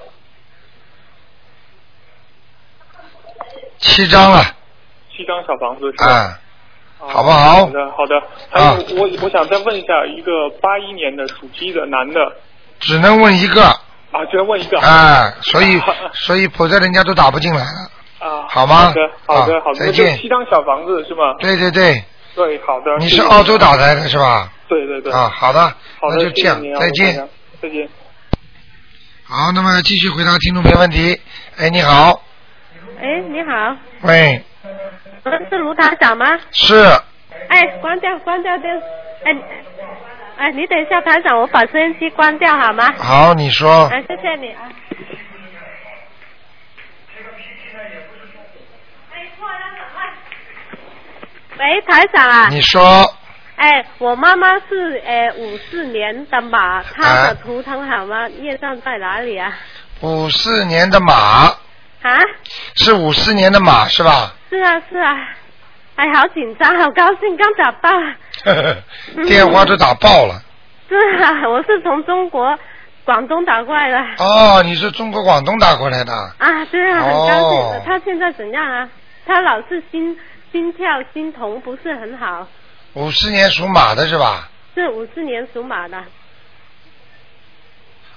S1: 七张了
S9: 七张小房子是吧？
S1: 啊，
S9: 哦
S1: 好不好
S9: 好的，好的。还
S1: 啊
S9: 有，我我想再问一下，一个八一年的属鸡的男的
S1: 只能问一个
S9: 啊，只能问一个
S1: 啊，所以
S9: 好
S1: 所以否则人家都打不进来了。
S9: 啊
S1: 好吗
S9: 好的，好
S1: 啊
S9: 的，好的。
S1: 再
S9: 那就
S1: 见
S9: 七张小房子是吗？
S1: 对对对，
S9: 对，好的。
S1: 你
S9: 谢
S1: 是
S9: 谢
S1: 澳洲打来的是吧？
S9: 对对对。
S1: 啊，好的，
S9: 好的，
S1: 那就这样
S9: 谢谢您，啊
S1: 再见。，
S9: 再见。
S1: 好，那么继续回答听众朋友问题。哎，你好，
S10: 哎，你好，
S1: 喂，
S10: 呃是卢台长吗？
S1: 是
S10: 哎，关掉，关掉电，哎，你哎，你等一下，台长，我把收音机关掉好吗？
S1: 好，你说，
S10: 哎，谢谢你啊。喂，台长啊，
S1: 你说，
S10: 哎，我妈妈是哎五四年的马，她的图腾好
S1: 啊
S10: 吗？业障在哪里啊？
S1: 五四年的马
S10: 啊，
S1: 是五四年的马是吧？
S10: 是啊是啊，哎，好紧张，好高兴，刚找到。
S1: 电话都打爆了。
S10: 是啊， 我是从中国广东打过来的。
S1: 哦，你是中国广东打过来的，
S10: 啊，对啊，很高兴
S1: 哦
S10: 的。他现在怎样啊？他老是心心跳、心童不是很好，
S1: 五四年属马的是吧？
S10: 是五四年属马的。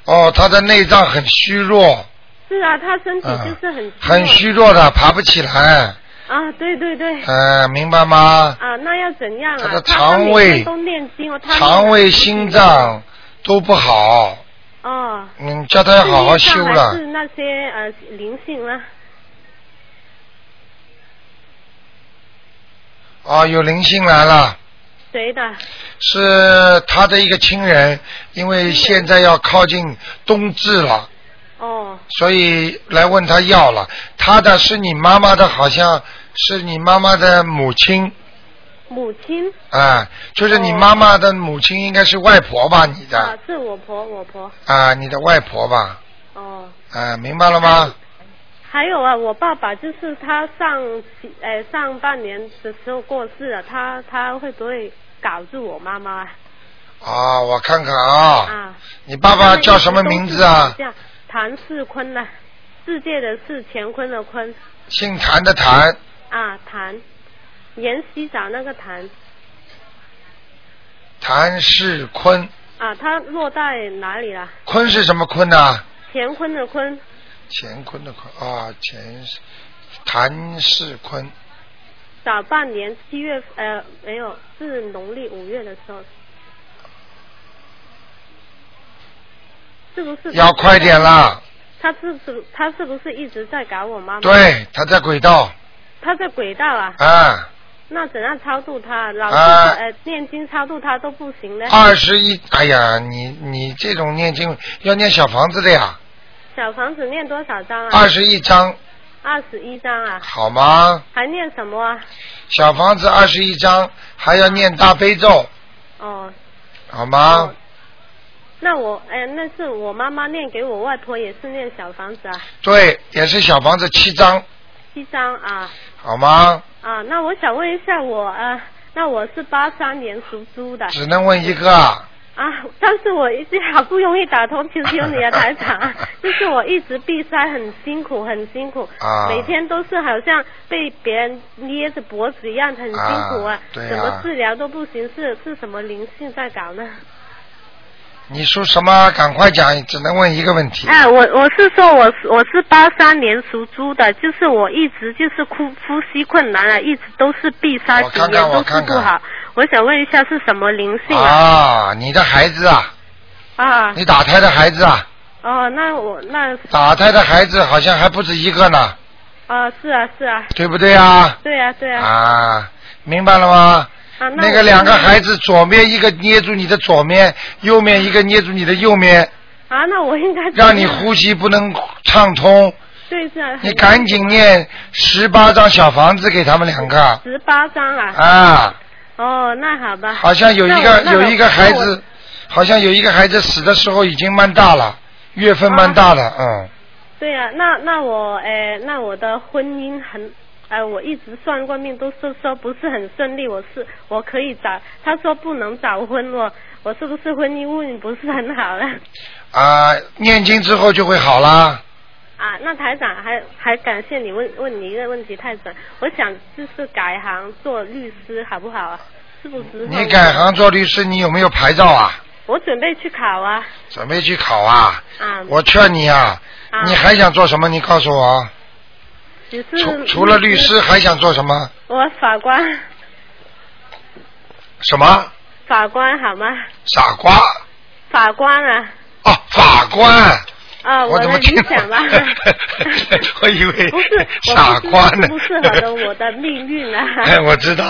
S1: 哦，他的内脏很虚弱，
S10: 是啊，他身体
S1: 啊
S10: 就是很、
S1: 很虚弱的，爬不起来。
S10: 啊，对对对。
S1: 呃，明白吗？
S10: 啊，那要怎样啊？
S1: 他的
S10: 他
S1: 肠
S10: 每天
S1: 胃
S10: 都念经哦，他念
S1: 肠胃、
S10: 了
S1: 心脏都不好，
S10: 哦，
S1: 嗯，叫他要好好
S10: 是
S1: 修
S10: 业障还
S1: 了。
S10: 是那些呃灵性啊？
S1: 哦，有灵性来了，
S10: 谁的？
S1: 是他的一个亲人，因为现在要靠近冬至了，
S10: 哦，
S1: 所以来问他要了。他的是你妈妈的，好像是你妈妈的母亲
S10: 母亲
S1: 啊，就是你
S10: 哦
S1: 妈妈的母亲应该是外婆吧？你
S10: 啊
S1: 的，
S10: 是我婆，我婆。
S1: 啊，你的外婆吧？
S10: 哦。
S1: 啊，明白了吗？
S10: 还有啊，我爸爸就是他上几呃上半年的时候过世了，他他会不会搞住我妈妈啊？
S1: 啊，我看看啊，
S10: 啊，
S1: 你爸爸叫什么名字啊？？
S10: 谭世坤呐、啊世界的世，乾坤的坤
S1: 姓谭的谭，
S10: 啊，谭，延禧找那个谭
S1: 谭世坤，
S10: 啊，他落在哪里了？
S1: 坤是什么坤啊呢、
S10: 乾坤的坤
S1: 乾坤的坤啊，乾是谭世坤
S10: 早半年七月呃没有，是农历五月的时候，是不是？
S1: 要快点啦！
S10: 他是不是他是不是一直在搞我妈妈？，
S1: 对，他在轨道
S10: 他在轨道啊，
S1: 啊，
S10: 那怎样超度他？老是、
S1: 啊
S10: 呃念经超度他都不行呢。
S1: 二十一，哎呀，你你这种念经要念小房子的呀，
S10: 小房子念多少张啊？
S1: 二十一章
S10: 二十一张啊，
S1: 好吗？
S10: 还念什么啊？
S1: 小房子二十一章，还要念大悲咒，
S10: 哦，
S1: 好吗
S10: 哦？那我哎，那是我妈妈念给我外婆也是念小房子啊，
S1: 对，也是小房子七章，
S10: 七张啊
S1: 好吗？
S10: 啊。那我想问一下我呃，那我是八三年属猪的
S1: 只能问一个啊。
S10: 啊，但是我一直好不容易打通，求求你啊，台 长啊，就是我一直闭塞，很辛苦，很辛苦，
S1: 啊
S10: 每天都是好像被别人捏着脖子一样，很辛苦
S1: 啊对啊
S10: 怎么治疗都不行，是是什么灵性在搞呢？
S1: 你说什么？赶快讲，只能问一个问题。
S10: 哎，我我是说我是我是八三年属猪的，就是我一直就是呼呼吸困难啊，一直都是闭塞
S1: 我
S10: 几
S1: 看看
S10: 年
S1: 我
S10: 都是
S1: 看看
S10: 不好，我想问一下是什么灵性啊？
S1: 啊，你的孩子啊，
S10: 啊，
S1: 你打胎的孩子啊，
S10: 哦，那我那
S1: 打胎的孩子好像还不止一个呢，
S10: 啊是啊是啊，
S1: 对不对啊？
S10: 对啊对啊。
S1: 啊，明白了吗？
S10: 啊，
S1: 那
S10: 我
S1: 个两个孩子，左面一个捏住你的左面，右面一个捏住你的右面，
S10: 啊，那我应该怎么
S1: 让你
S10: 样
S1: 呼吸不能畅 通。
S10: 对是啊，
S1: 你赶紧念十八张小房子给他们两个
S10: 十八张啊，
S1: 啊！
S10: 哦，那好吧，
S1: 好像有一个
S10: 那我那
S1: 有
S10: 我
S1: 一个孩
S10: 那
S1: 子，好像有一个孩子死的时候已经蛮大了，月份蛮大
S10: 啊
S1: 了，嗯。
S10: 对啊，那那我呃，那我的婚姻很。呃，我一直算过命，都是说不是很顺利。我是我可以找，他说不能早婚我，我是不是婚姻运不是很好了？
S1: 啊，念经之后就会好啦。
S10: 啊，那台长还还感谢你问问你一个问题，台长，我想就是改行做律师好不好啊？是不是？
S1: 你改行做律师，你有没有牌照啊？
S10: 我准备去考啊
S1: 准备去考啊？
S10: 啊！
S1: 我劝你啊，
S10: 啊
S1: 你还想做什么？你告诉我啊，
S10: 只是
S1: 除除了律师还想做什么？
S10: 我法官，
S1: 什么？
S10: 法官好吗？
S1: 傻瓜
S10: 法官啊，
S1: 哦，法官，
S10: 啊，
S1: 我
S10: 的
S1: 怎么听
S10: 理想吧，
S1: 我以为
S10: 不 是，
S1: 傻瓜呢
S10: 我不是不
S1: 。
S10: 适合的我的命运啊
S1: 哎，我知道。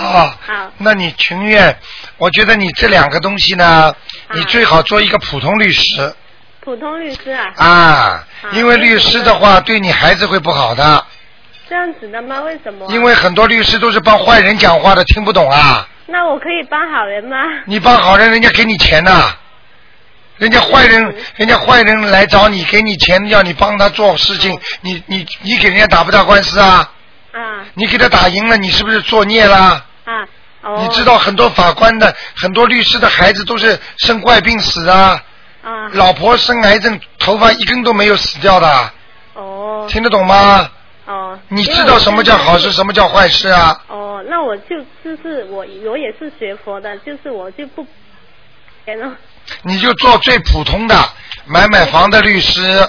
S10: 好，
S1: 那你情愿，我觉得你这两个东西
S10: 啊
S1: 呢，你最好做一个普通律师
S10: 普通律师啊，
S1: 啊，因为律师的话对你孩子会不好的，
S10: 这样子的吗？为什么？啊
S1: 因为很多律师都是帮坏人讲话的，听不懂啊。
S10: 那我可以帮好人吗？
S1: 你帮好人，人家给你钱呐、人家坏人，人家坏人来找你，给你钱，要你帮他做事情，你你你给人家打不打官司啊？
S10: 啊
S1: 你给他打赢了，你是不是作孽啦？
S10: 啊，哦，
S1: 你知道很多法官的、很多律师的孩子都是生怪病死啊，
S10: 啊，
S1: 老婆生癌症，头发一根都没有死掉的，
S10: 哦
S1: 听得懂吗？
S10: 哦，
S1: 你知道什么叫好事，什么叫坏事啊？
S10: 哦，那我就就是我我也是学佛的，就是我就不，然后
S1: 你就做最普通的，买买房的律师，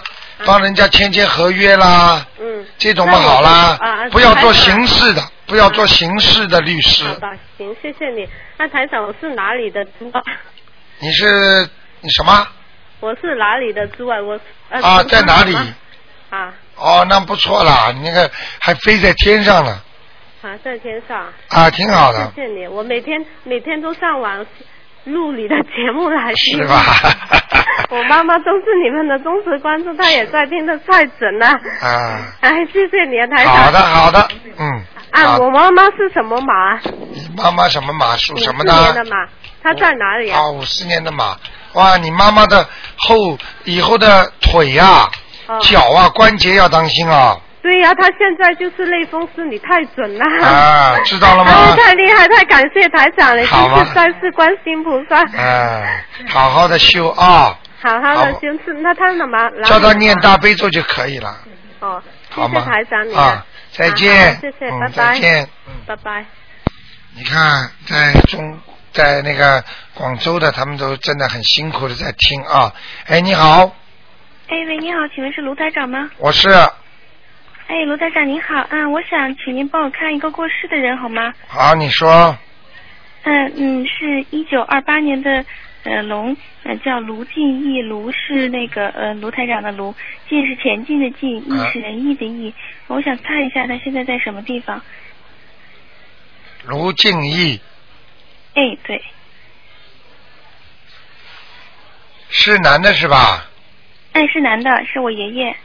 S1: 帮人家签签合约啦，
S10: 嗯，
S1: 这种嘛好
S10: 那我就
S1: 啦
S10: 啊，
S1: 不要做
S10: 台长
S1: 刑事的，不要做刑事的律师。
S10: 好吧，行，谢谢你。那台长，我是哪里的猪啊？
S1: 你是你什么
S10: 我是哪里的猪啊？我呃
S1: 啊？
S10: 不是
S1: 在哪里
S10: 什？么啊
S1: 哦，那不错啦，你那个还飞在天上了
S10: 啊，在天上。
S1: 啊，挺好的，
S10: 谢谢你，我每天每天都上网录你的节目来听。
S1: 是吧？
S10: 我妈妈都是你们的忠实观众，她也在听的太准了。
S1: 啊，
S10: 哎，谢谢你啊，台长。
S1: 好的好的，嗯，
S10: 啊，我妈妈是什么马？啊
S1: 你妈妈什么马属什么
S10: 54年
S1: 呢？
S10: 的马，她在哪里啊？
S1: 啊，五十年的马，哇，你妈妈的后以后的腿呀、
S10: 哦
S1: 脚啊、关节要当心啊！
S10: 对呀、她现在就是类风湿，你太准了。
S1: 啊，知道了
S10: 哎
S1: 吗？
S10: 太厉害，太感谢台长了，真
S1: 好吧
S10: 是三世观世音菩萨。
S1: 嗯，好好的修啊，
S10: 好好的
S1: 好，
S10: 就是那他干嘛？
S1: 叫他
S10: 他
S1: 念大悲咒就可以了，
S10: 哦，谢
S1: 好
S10: 谢
S1: 吗？
S10: 台长你
S1: 啊，再
S10: 好
S1: 见
S10: 好，谢谢，
S1: 嗯
S10: 拜
S1: 再
S10: 拜，
S1: 见。，
S10: 拜拜。
S1: 你看，在中在那个广州的，他们都真的很辛苦的在听啊。哎，你好，
S11: 哎喂，你好，请问是卢台长吗？
S1: 我是
S11: 哎，卢台长您好，嗯，我想请您帮我看一个过世的人好吗？
S1: 好，你说
S11: 嗯嗯，是一九二八年的呃龙，呃叫卢进义，卢是那个呃卢台长的卢，进是前进的进，义
S1: 啊
S11: 是仁义的义。我想看一下他现在在什么地方。
S1: 卢静义
S11: 哎，对，
S1: 是男的是吧？
S11: 哎是男的，是我爷爷。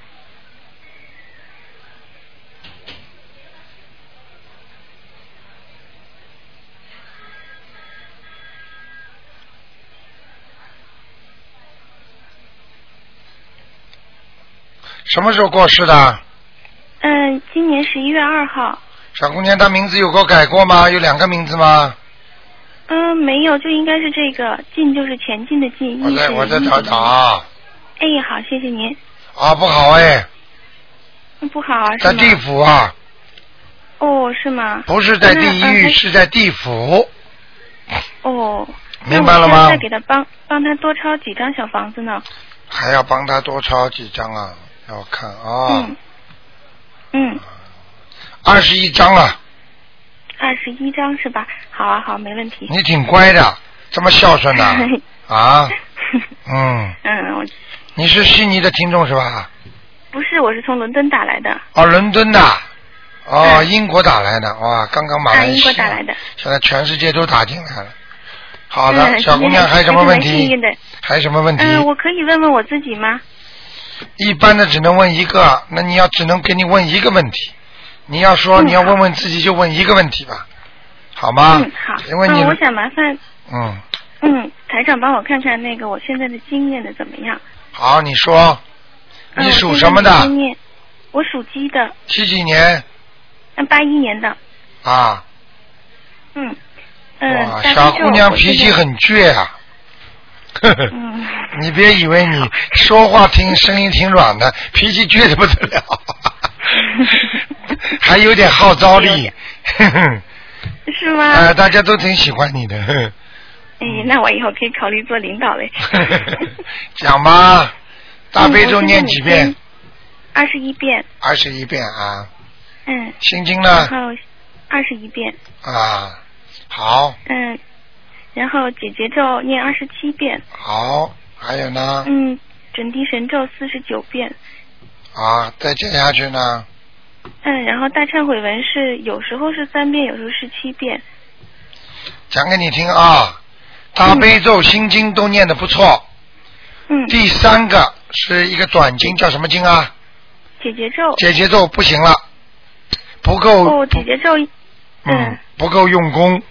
S1: 什么时候过世的？
S11: 嗯，今年十一月二号。
S1: 小姑娘，她名字有过改过吗？有两个名字吗？
S11: 嗯，没有，就应该是这个进就是前进的进，
S1: 我
S11: 义是
S1: 再我再
S11: 仁义的
S1: 找
S11: 义
S1: 找。啊
S11: 哎，好，谢谢您。
S1: 啊，不好哎，
S11: 嗯不好啊，是
S1: 在
S11: 吗？
S1: 地府啊，
S11: 哦，是吗？
S1: 不是在地
S11: 那呃
S1: 狱，
S11: 还
S1: 是在地府。
S11: 哦。
S1: 明白了吗
S11: 那我再给他帮帮他多抄几张小房子呢？
S1: 还要帮她多抄几张啊？让我看啊，
S11: 嗯嗯，
S1: 二十一张啊了，
S11: 二十一张是吧？好啊，好，没问题。
S1: 你挺乖的，这么孝顺的啊，嗯，
S11: 嗯，我
S1: 你是悉尼的听众是吧？
S11: 不是，我是从伦敦打来的，
S1: 哦，伦敦的，哦，英国打来的，哇，刚刚马
S11: 嗯啊，
S1: 来
S11: 英
S1: 西
S11: 国
S1: 亚，
S11: 打来的。
S1: 现在全世界都打进来了。好的，
S11: 嗯
S1: 小姑娘还有什么问
S11: 今 天还是蛮幸
S1: 题
S11: 运？的
S1: 还有什么问题？
S11: 嗯，我可以问问我自己吗？
S1: 一般的只能问一个，那你要只能给你问一个问题。你要说
S11: 嗯
S1: 你要问问自己，就问一个问题吧，好吗？
S11: 嗯，好。
S1: 因为你
S11: 嗯，我想麻烦，
S1: 嗯，
S11: 嗯，台长帮我看看那个我现在的经验的怎么样？
S1: 好，你说
S11: 嗯
S1: 你
S11: 我
S1: 属
S11: 现
S1: 什
S11: 在
S1: 么的
S11: 经验，我属鸡的，
S1: 几几年
S11: 嗯，八一年的，
S1: 啊？
S11: 嗯。嗯，
S1: 哇，
S11: 大悲
S1: 小
S11: 咒
S1: 姑娘
S11: 我现
S1: 脾气
S11: 在
S1: 很倔啊。呵呵，
S11: 嗯，
S1: 你别以为你说话听声音挺软的，脾气倔得不得了， 还有点号召 力。呵呵，
S11: 是吗？
S1: 呃，大家都挺喜欢你的。呵呵
S11: 哎，那我以后可以考虑做领导 嘞。
S1: 讲吧，大悲咒念几遍？
S11: 二十一遍，
S1: 二十一遍啊，
S11: 嗯，
S1: 心经
S11: 然
S1: 呢？
S11: 后二十一遍，
S1: 啊，好，
S11: 嗯，然后姐姐咒念二十七遍，
S1: 好，还有呢？
S11: 嗯，准提神咒四十九遍，
S1: 啊，再接下去呢？
S11: 嗯，然后大忏悔文是有时候是三遍，有时候是七遍，
S1: 讲给你听啊，大悲咒、心经都念的不错。
S11: 嗯。
S1: 第三个是一个转经，叫什么经啊？
S11: 姐姐咒。
S1: 姐姐咒不行了，不够，
S11: 哦，姐姐咒，
S1: 嗯，不够用功。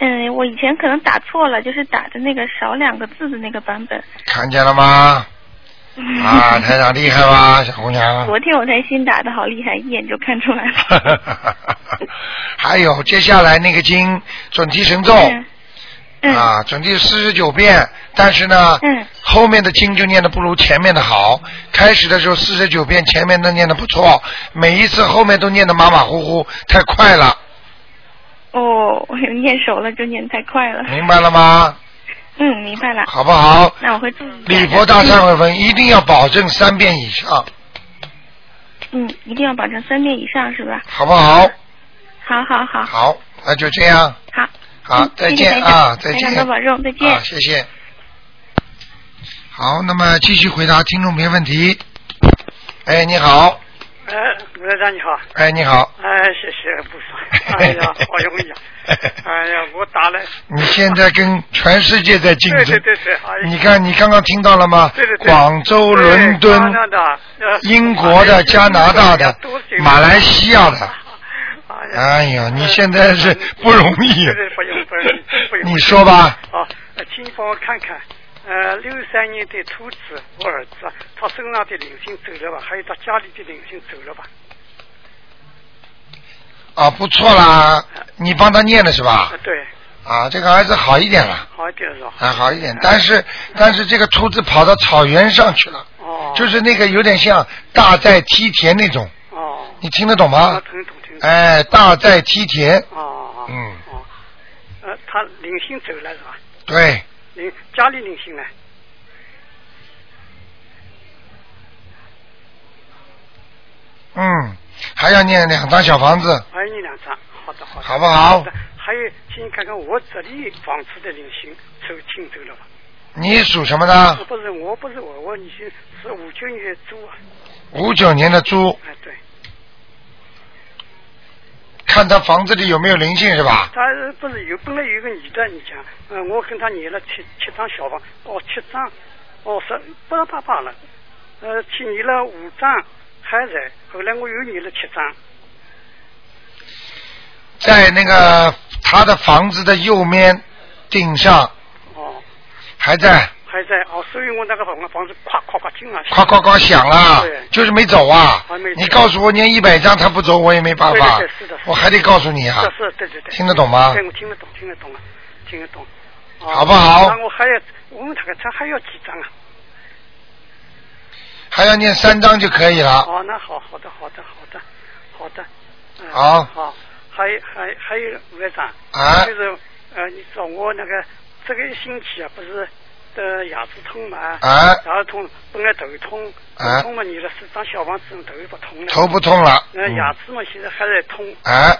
S11: 嗯，我以前可能打错了，就是打的那个少两个字的那个版本。
S1: 看见了吗？啊，台长厉害吧，小姑娘？
S11: 昨嗯天我才新打的，好厉害，一眼就看出来 了。
S1: 还有接下来那个经准提神咒，
S11: 嗯
S1: 啊，准提四十九遍，但是呢，
S11: 嗯
S1: 后面的经就念的不如前面的好。开始的时候四十九遍，前面的念的不错，每一次后面都念的马马虎虎，太快了，
S11: 哦，我念熟了，就念太快了。
S1: 明白了吗？
S11: 嗯，明白了。
S1: 好不好
S11: 那我会注意一下。
S1: 礼佛大忏悔文一定要保证三遍以上，
S11: 嗯，一定要保证三遍以上，是吧？
S1: 好不好？
S11: 好好好。
S1: 好，那就这样，
S11: 好。嗯
S1: 好，再
S11: 谢谢
S1: 见
S11: 台长
S1: 啊，再见
S11: 台。长多保重，再见。
S1: 啊，谢谢。好，那么继续回答听众朋友问题。哎，你好，
S12: 哎，卢台长你好。
S1: 哎，你好，
S12: 哎，谢谢，不说。哎呀，哎呦 呀，哎呀，我打了。
S1: 你现在跟全世界在竞争。
S12: 对对对对哎呀
S1: 你看，你刚刚听到了吗？
S12: 对对对
S1: 广州、伦敦、
S12: 加拿大呃
S1: 英国的、加拿大的、马来西亚 的。哎呀，你现在是不容易
S12: 对。对不容易不容易不容易
S1: 你说吧。
S12: 好，呃请你帮我看看，呃，六三年的兔子，我儿子，啊他身上的灵性走了吧？还有他家里的灵性走了吧？
S1: 啊，不错啦，你帮他念了是吧？
S12: 呃对，
S1: 啊，这个儿子好一点了。
S12: 好一点是吧？
S1: 还啊好一点，但是但是这个兔子跑到草原上去了，就是那个有点像大寨梯田那种，你哦听得懂
S12: 啊
S1: 吗？哎，大寨梯田，嗯，
S12: 哦呃，他灵性走了是吧？
S1: 对，
S12: 灵家里灵性呢？
S1: 嗯，还要念两张小房子，
S12: 还有你两张，好的好的。
S1: 好不好
S12: 的还有，请你看看我这里房子的灵性走清走了吧？哦
S1: 你属什么呢
S12: 我？不是，我不是我，我已经是五九年的猪啊。
S1: 五九年的猪，
S12: 哎，对。
S1: 看他房子里有没有灵性是吧？
S12: 他呃不是有本来有个女的，你讲，嗯、我跟他念了七七张小房，哦，七张，哦，是不让他罢了，呃，去念了五张，还在，后来我又念了七张，
S1: 在那个他的房子的右面顶上，
S12: 哦，
S1: 还在
S12: 还在，哦，所以我那个房房子咵咵咵进啊，
S1: 夸夸夸响了
S12: 对，，
S1: 就是没走啊
S12: 还没。走
S1: 你告诉我念一百张他不走，我也没办法
S12: 对对对是的，是的
S1: 我还得告诉你啊
S12: 是。是，对对对，
S1: 听得懂吗
S12: 对，我听得懂，听得懂啊，听得懂。哦
S1: 好不好
S12: 那我还要，我问他个，他还要几张啊？
S1: 还要念三张就可以了。
S12: 哦，那好，好的，好的，好的，好的。嗯、
S1: 好
S12: 好，还有还有还有吴院长，
S1: 啊
S12: 就是呃，你知道我那个这个星期啊，不是得牙齿痛嘛？
S1: 啊
S12: 牙齿痛，本来头痛，
S1: 啊
S12: 头痛嘛，你了四张小房子，头又不痛了。
S1: 头不痛了
S12: 那
S1: 嗯
S12: 牙齿嘛，现在还在痛。
S1: 哎，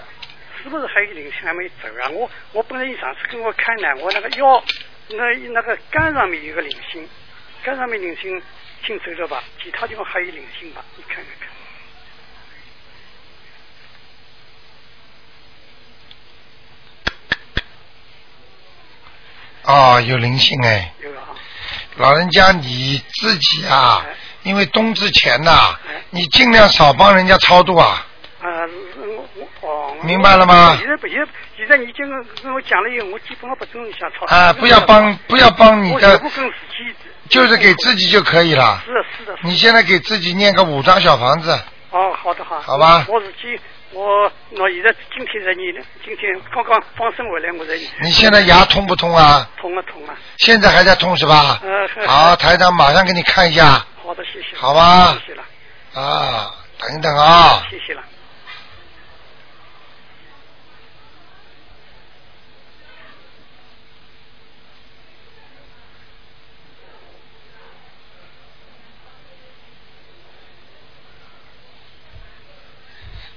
S12: 是不是还有灵性还没走啊？我我本来上次给我看呢，我那个腰，那那个肝上面有个灵性，肝上面灵性先走了吧，其他地方还有灵性吧？你看看看。
S1: 哦，有灵性哎。
S12: 有啊。
S1: 老人家你自己啊，
S12: 哎
S1: 因为冬至前呐、你尽量少帮人家超度啊。
S12: 啊、我我哦。
S1: 明白了吗
S12: 现在不，现在现在你经过跟我讲了以后，我基本上不跟你想吵。
S1: 啊不要帮不要帮你的呃
S12: 我全部跟自己。
S1: 就是给啊自己就可以了
S12: 是的，是的。是的
S1: 你现在给自己念个五张小房子，
S12: 哦，好的好。
S1: 好吧
S12: 我自己，我我现在今天在念的，今天刚刚放生回来，我在念。
S1: 你现在牙痛不痛啊？
S12: 痛啊痛啊。
S1: 现在还在痛是吧？
S12: 呃，
S1: 好，台长马上给你看一下
S12: 好的，谢谢。
S1: 好吧
S12: 谢谢了。
S1: 啊，等一等啊。
S12: 谢谢了。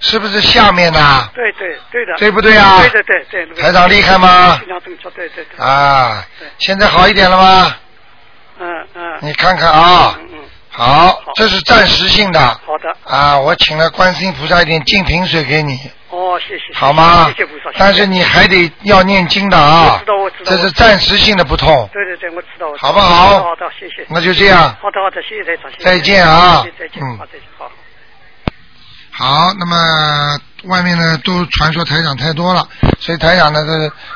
S1: 是不是下面呐、
S12: 对对对的，
S1: 对不对啊
S12: 对的对对。对
S1: 台长厉害吗
S12: 非常正确，对对对，
S1: 啊，现在好一点了吗？
S12: 嗯嗯。
S1: 你看看啊
S12: 嗯嗯，
S1: 好，这是暂时性的
S12: 好的，
S1: 啊，我请了观世音菩萨一点净瓶水给你，
S12: 哦，谢谢，
S1: 好吗
S12: 谢谢菩萨。谢谢
S1: 但是你还得要念经的啊
S12: 我知道我知道，
S1: 这是暂时性的不痛
S12: 对对对，我知道，我知道
S1: 好不好
S12: 好的，谢谢。
S1: 那就这样
S12: 好的好的，谢谢台长，谢谢
S1: 再见啊
S12: 谢谢再见，
S1: 嗯
S12: 好再见，好。
S1: 好，那么外面呢都传说台长太多了，所以台长呢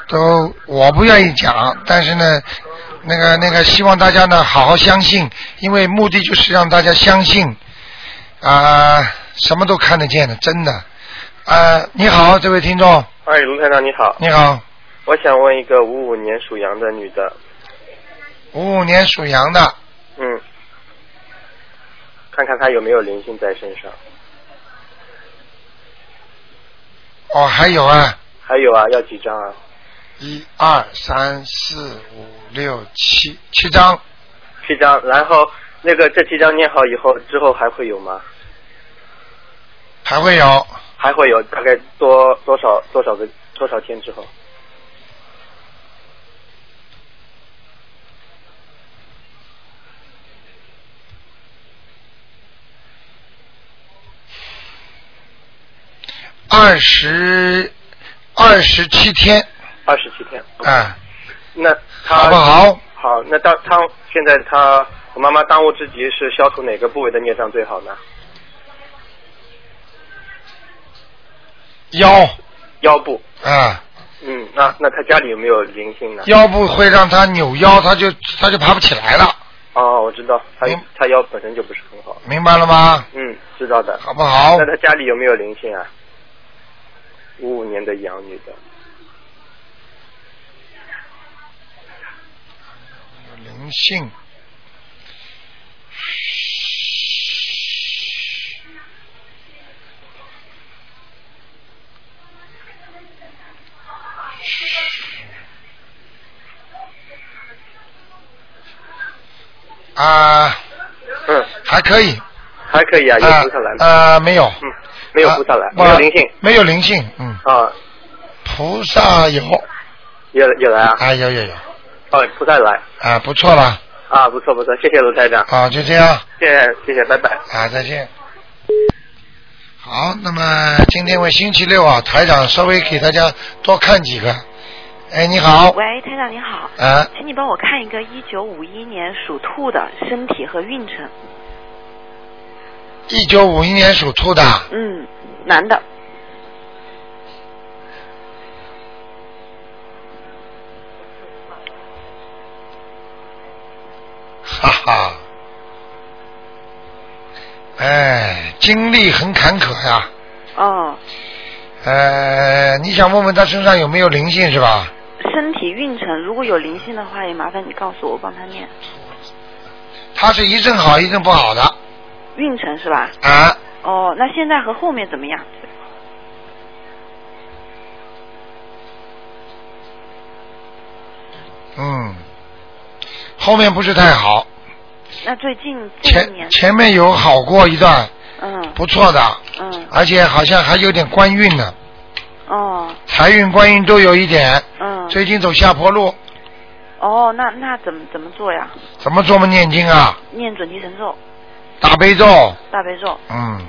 S1: 都都我不愿意讲，但是呢，那个那个希望大家呢好好相信，因为目的就是让大家相信啊、什么都看得见的，真的。啊，你好，这位听众，
S13: 哎，卢台长你好，
S1: 你好，
S13: 我想问一个五五年属羊的女的，
S1: 五五年属羊的，
S13: 嗯，看看她有没有灵性在身上。
S1: 哦，还有啊，
S13: 还有啊，要几张啊？
S1: 一二三四五六七七张，
S13: 七张。然后那个这七张念好以后，之后还会有吗？
S1: 还会有
S13: 还会有，大概多多少多少个多少天之后？
S1: 二十二十七天，
S13: 二十七天。
S1: 啊、
S13: 那她
S1: 好不好？
S13: 好，那当她现在她我妈妈当务之急是消除哪个部位的孽障最好呢？
S1: 腰
S13: 腰部。
S1: 啊，
S13: 嗯，那那她家里有没有灵性呢？
S1: 腰部会让他扭腰，他就他就爬不起来了，
S13: 哦，我知道，他他腰本身就不是很好。
S1: 嗯明白了吗？
S13: 嗯，知道的。
S1: 好不好
S13: 那他家里有没有灵性啊？五五年的养女的，
S1: 灵性。啊，
S13: 嗯，
S1: 还可以，
S13: 还可以啊，有
S1: 啊
S13: 菩萨来吗？
S1: 啊，没有，
S13: 嗯，没有菩萨来，
S1: 我
S13: 没有灵性
S1: 没有灵性，嗯，
S13: 啊，
S1: 菩萨有，
S13: 有有来啊，
S1: 啊有有有，
S13: 哦，菩萨来
S1: 啊，不错了，
S13: 啊，不错不错，谢谢卢台长，
S1: 啊，就这样，
S13: 谢谢谢谢，拜拜。
S1: 啊，再见。好，那么今天为星期六啊，台长稍微给大家多看几个。哎，你好，
S14: 嗯喂，台长你好，
S1: 啊，
S14: 请你帮我看一个一九五一年属兔的身体和运程。
S1: 一九五一年属兔的，
S14: 嗯，男的，
S1: 哈哈。哎，经历很坎坷呀、
S14: 哦，
S1: 呃，你想问问他身上有没有灵性是吧？
S14: 身体运程如果有灵性的话，也麻烦你告诉我，我帮他念。
S1: 他是一阵好一阵不好的
S14: 运程是吧？
S1: 啊。
S14: 哦，那现在和后面怎么样？
S1: 嗯，后面不是太好，
S14: 那最近这一年
S1: 前，前面有好过一段，
S14: 嗯，
S1: 不错的，
S14: 嗯，
S1: 而且好像还有点官运呢，
S14: 哦，
S1: 财运、官运都有一点，
S14: 嗯，
S1: 最近走下坡路，
S14: 哦，那那怎么怎么做呀？
S1: 怎么这么念经啊？
S14: 念准提神咒、
S1: 大悲咒，
S14: 大悲咒。
S1: 嗯，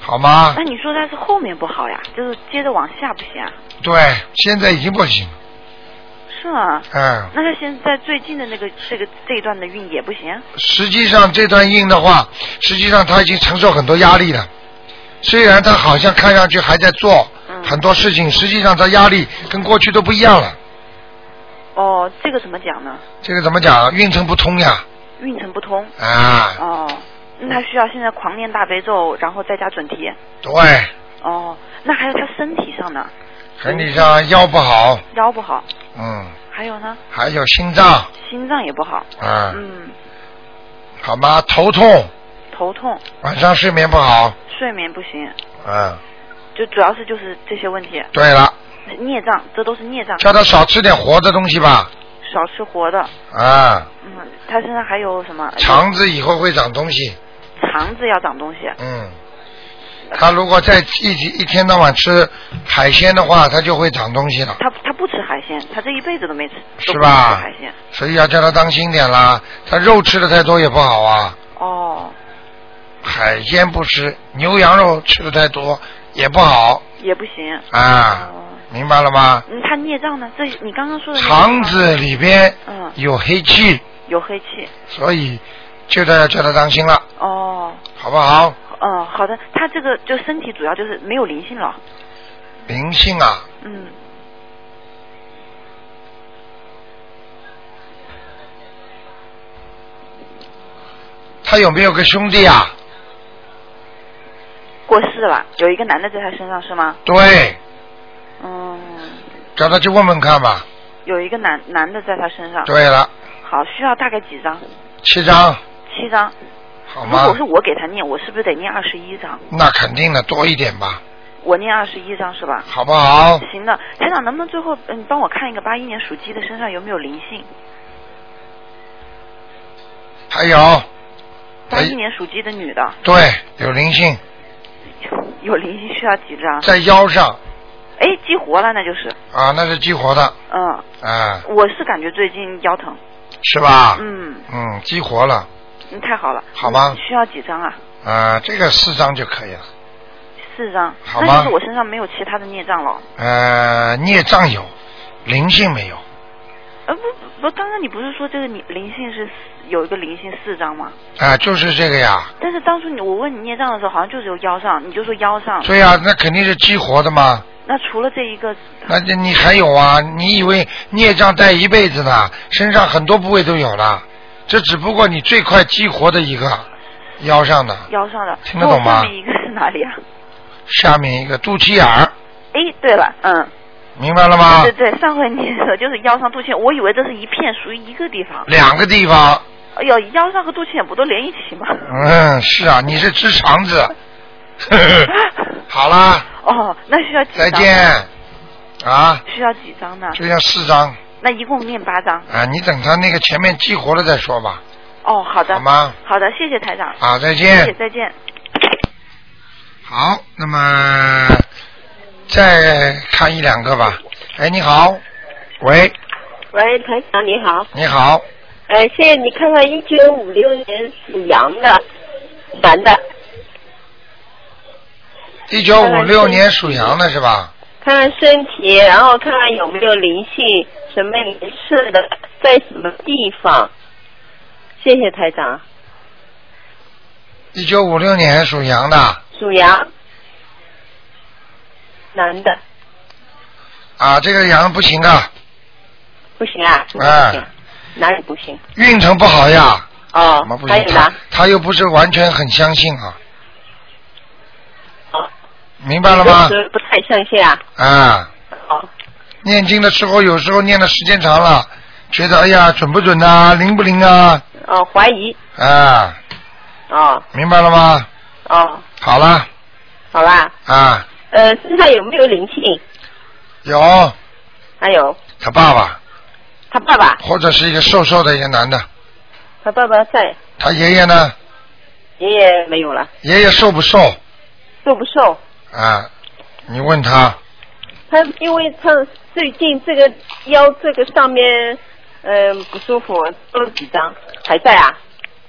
S1: 好吗
S14: 那？你说他是后面不好呀？就是接着往下不行啊？
S1: 对，现在已经不行，
S14: 是吗？
S1: 嗯，
S14: 那他现在最近的那个这个这一段的运也不行？啊
S1: 实际上这段运的话，实际上他已经承受很多压力了。虽然他好像看上去还在做很多事情，实际上他压力跟过去都不一样了。
S14: 哦，这个怎么讲呢？
S1: 这个怎么讲？啊运程不通呀，
S14: 运程不通。
S1: 啊，
S14: 哦，那他需要现在狂念大悲咒，然后再加准提。
S1: 对，
S14: 哦，那还有他身体上呢，
S1: 身体上腰不好，
S14: 腰不好，
S1: 嗯，
S14: 还有呢，
S1: 还有心脏，
S14: 心脏也不好，
S1: 啊，
S14: 嗯，
S1: 好吗？头痛，
S14: 头痛，
S1: 晚上睡眠不好，
S14: 睡眠不行，
S1: 嗯，
S14: 就主要是就是这些问题。
S1: 对了，
S14: 孽障，这都是孽障。
S1: 叫他少吃点活的东西吧，
S14: 少吃活的，
S1: 啊，
S14: 嗯，他身上还有什么？
S1: 肠子以后会长东西，
S14: 肠子要长东西，
S1: 嗯，他如果再一直一天到晚吃海鲜的话，他就会长东西了，
S14: 他他不吃海鲜，他这一辈子都没吃，
S1: 是
S14: 都不
S1: 吧
S14: 吃海鲜。
S1: 所以要叫他当心点啦。他肉吃的太多也不好啊，
S14: 哦，
S1: 海鲜不吃，牛羊肉吃的太多也不好
S14: 也不行。
S1: 啊，明白了吗？
S14: 嗯，他孽障呢？这你刚刚说的那个
S1: 肠子里边
S14: 嗯
S1: 有黑气，
S14: 有黑气。
S1: 所以就得要叫他当心了，
S14: 哦，
S1: 好不好？
S14: 哦，好的，他这个就身体主要就是没有灵性了。
S1: 灵性啊，
S14: 嗯，
S1: 他有没有个兄弟啊？
S14: 过世了，有一个男的在他身上是吗？
S1: 对，
S14: 嗯，
S1: 叫他去问问看吧。
S14: 有一个男男的在他身上。
S1: 对。了，
S14: 好，需要大概几张？
S1: 七张，
S14: 七张。
S1: 好
S14: 如
S1: 吗
S14: 果是？我给他念，我是不是得念二十一张？
S1: 那肯定的，多一点吧，
S14: 我念二十一张是吧？
S1: 好不好？
S14: 行的，台长，能不能最后嗯帮我看一个八一年属鸡的身上有没有灵性？
S1: 还有，
S14: 八一年属鸡的女的
S1: 对，有灵性
S14: 有灵性需要几张？
S1: 在腰上
S14: 哎，激活了那就是，
S1: 啊，那是激活的，
S14: 嗯，
S1: 啊，
S14: 我是感觉最近腰疼。
S1: 是吧？
S14: 嗯，
S1: 嗯，激活了，
S14: 嗯太好了。
S1: 好吗
S14: 嗯需要几张啊？
S1: 啊，这个四张就可以了。
S14: 四张。
S1: 好
S14: 那
S1: 吗
S14: 就是我身上没有其他的孽障了。
S1: 呃，孽障有，灵性没有，
S14: 呃，不不，刚刚你不是说这个你灵性是四有一个灵性四张吗？
S1: 啊，就是这个呀。
S14: 但是当初你我问你孽障的时候，好像就只有腰上，你就说腰上。
S1: 对呀、啊那肯定是激活的嘛。
S14: 那除了这一个，
S1: 那你你还有啊？你以为孽障带一辈子呢？身上很多部位都有了，这只不过你最快激活的一个，腰上的，
S14: 腰上的，
S1: 听得懂吗
S14: 那我下面一个是哪里啊？
S1: 下面一个肚脐眼儿，
S14: 哎，对了，嗯，
S1: 明白了吗？
S14: 对对对，上回你说就是腰上肚脐眼，我以为这是一片属于一个地方。
S1: 两个地方，
S14: 哎呦，腰上和肚脐眼不都连一起吗？
S1: 嗯，是啊，你是直肠子。 呵呵好啦，
S14: 哦，那需要几
S1: 再
S14: 张？
S1: 见。啊，
S14: 需要几张呢？
S1: 就要四张
S14: 那一共念八张。
S1: 啊，你等他那个前面激活了再说吧，
S14: 哦，好的。
S1: 好？吗？
S14: 好的，谢谢台长。
S1: 好再见
S14: 谢谢，再见。
S1: 好，那么再看一两个吧。哎，你好，喂，
S15: 喂，台长你好，
S1: 你好，
S15: 呃，现在你看看一九五六年属羊的男的，
S1: 一九五六年属羊的是吧？
S15: 看看身体，然后看看有没有灵性，什么颜色的，在什么地方？谢谢台长，
S1: 一九五六年属羊的
S15: 属羊，男的，
S1: 啊，这个羊不行啊，
S15: 不行啊，
S1: 哎、
S15: 哪里不行？
S1: 运程不好呀。
S15: 哦，
S1: 怎么不
S15: 还
S1: 行
S15: 有？
S1: 他
S15: 呢？
S1: 他又不是完全很相信啊。
S15: 哦
S1: 明白了吗
S15: 有？时候不太相信啊。
S1: 啊。
S15: 哦
S1: 念经的时候，有时候念的时间长了，觉得哎呀准不准呐、灵不灵啊？
S15: 哦，怀疑
S1: 啊，
S15: 哦
S1: 明白了吗？
S15: 哦，
S1: 好了
S15: 好吧。
S1: 啊，
S15: 呃，身上有没有灵性？
S1: 有
S15: 还有
S1: 他爸爸
S15: 他爸爸，
S1: 或者是一个瘦瘦的一个男的，
S15: 他爸爸在，
S1: 他爷爷呢？
S15: 爷爷没有了，
S1: 爷爷瘦不瘦
S15: 瘦不瘦？
S1: 啊？你问他
S15: 他因为他最近这个腰这个上面，嗯、不舒服，做了几张，还在啊？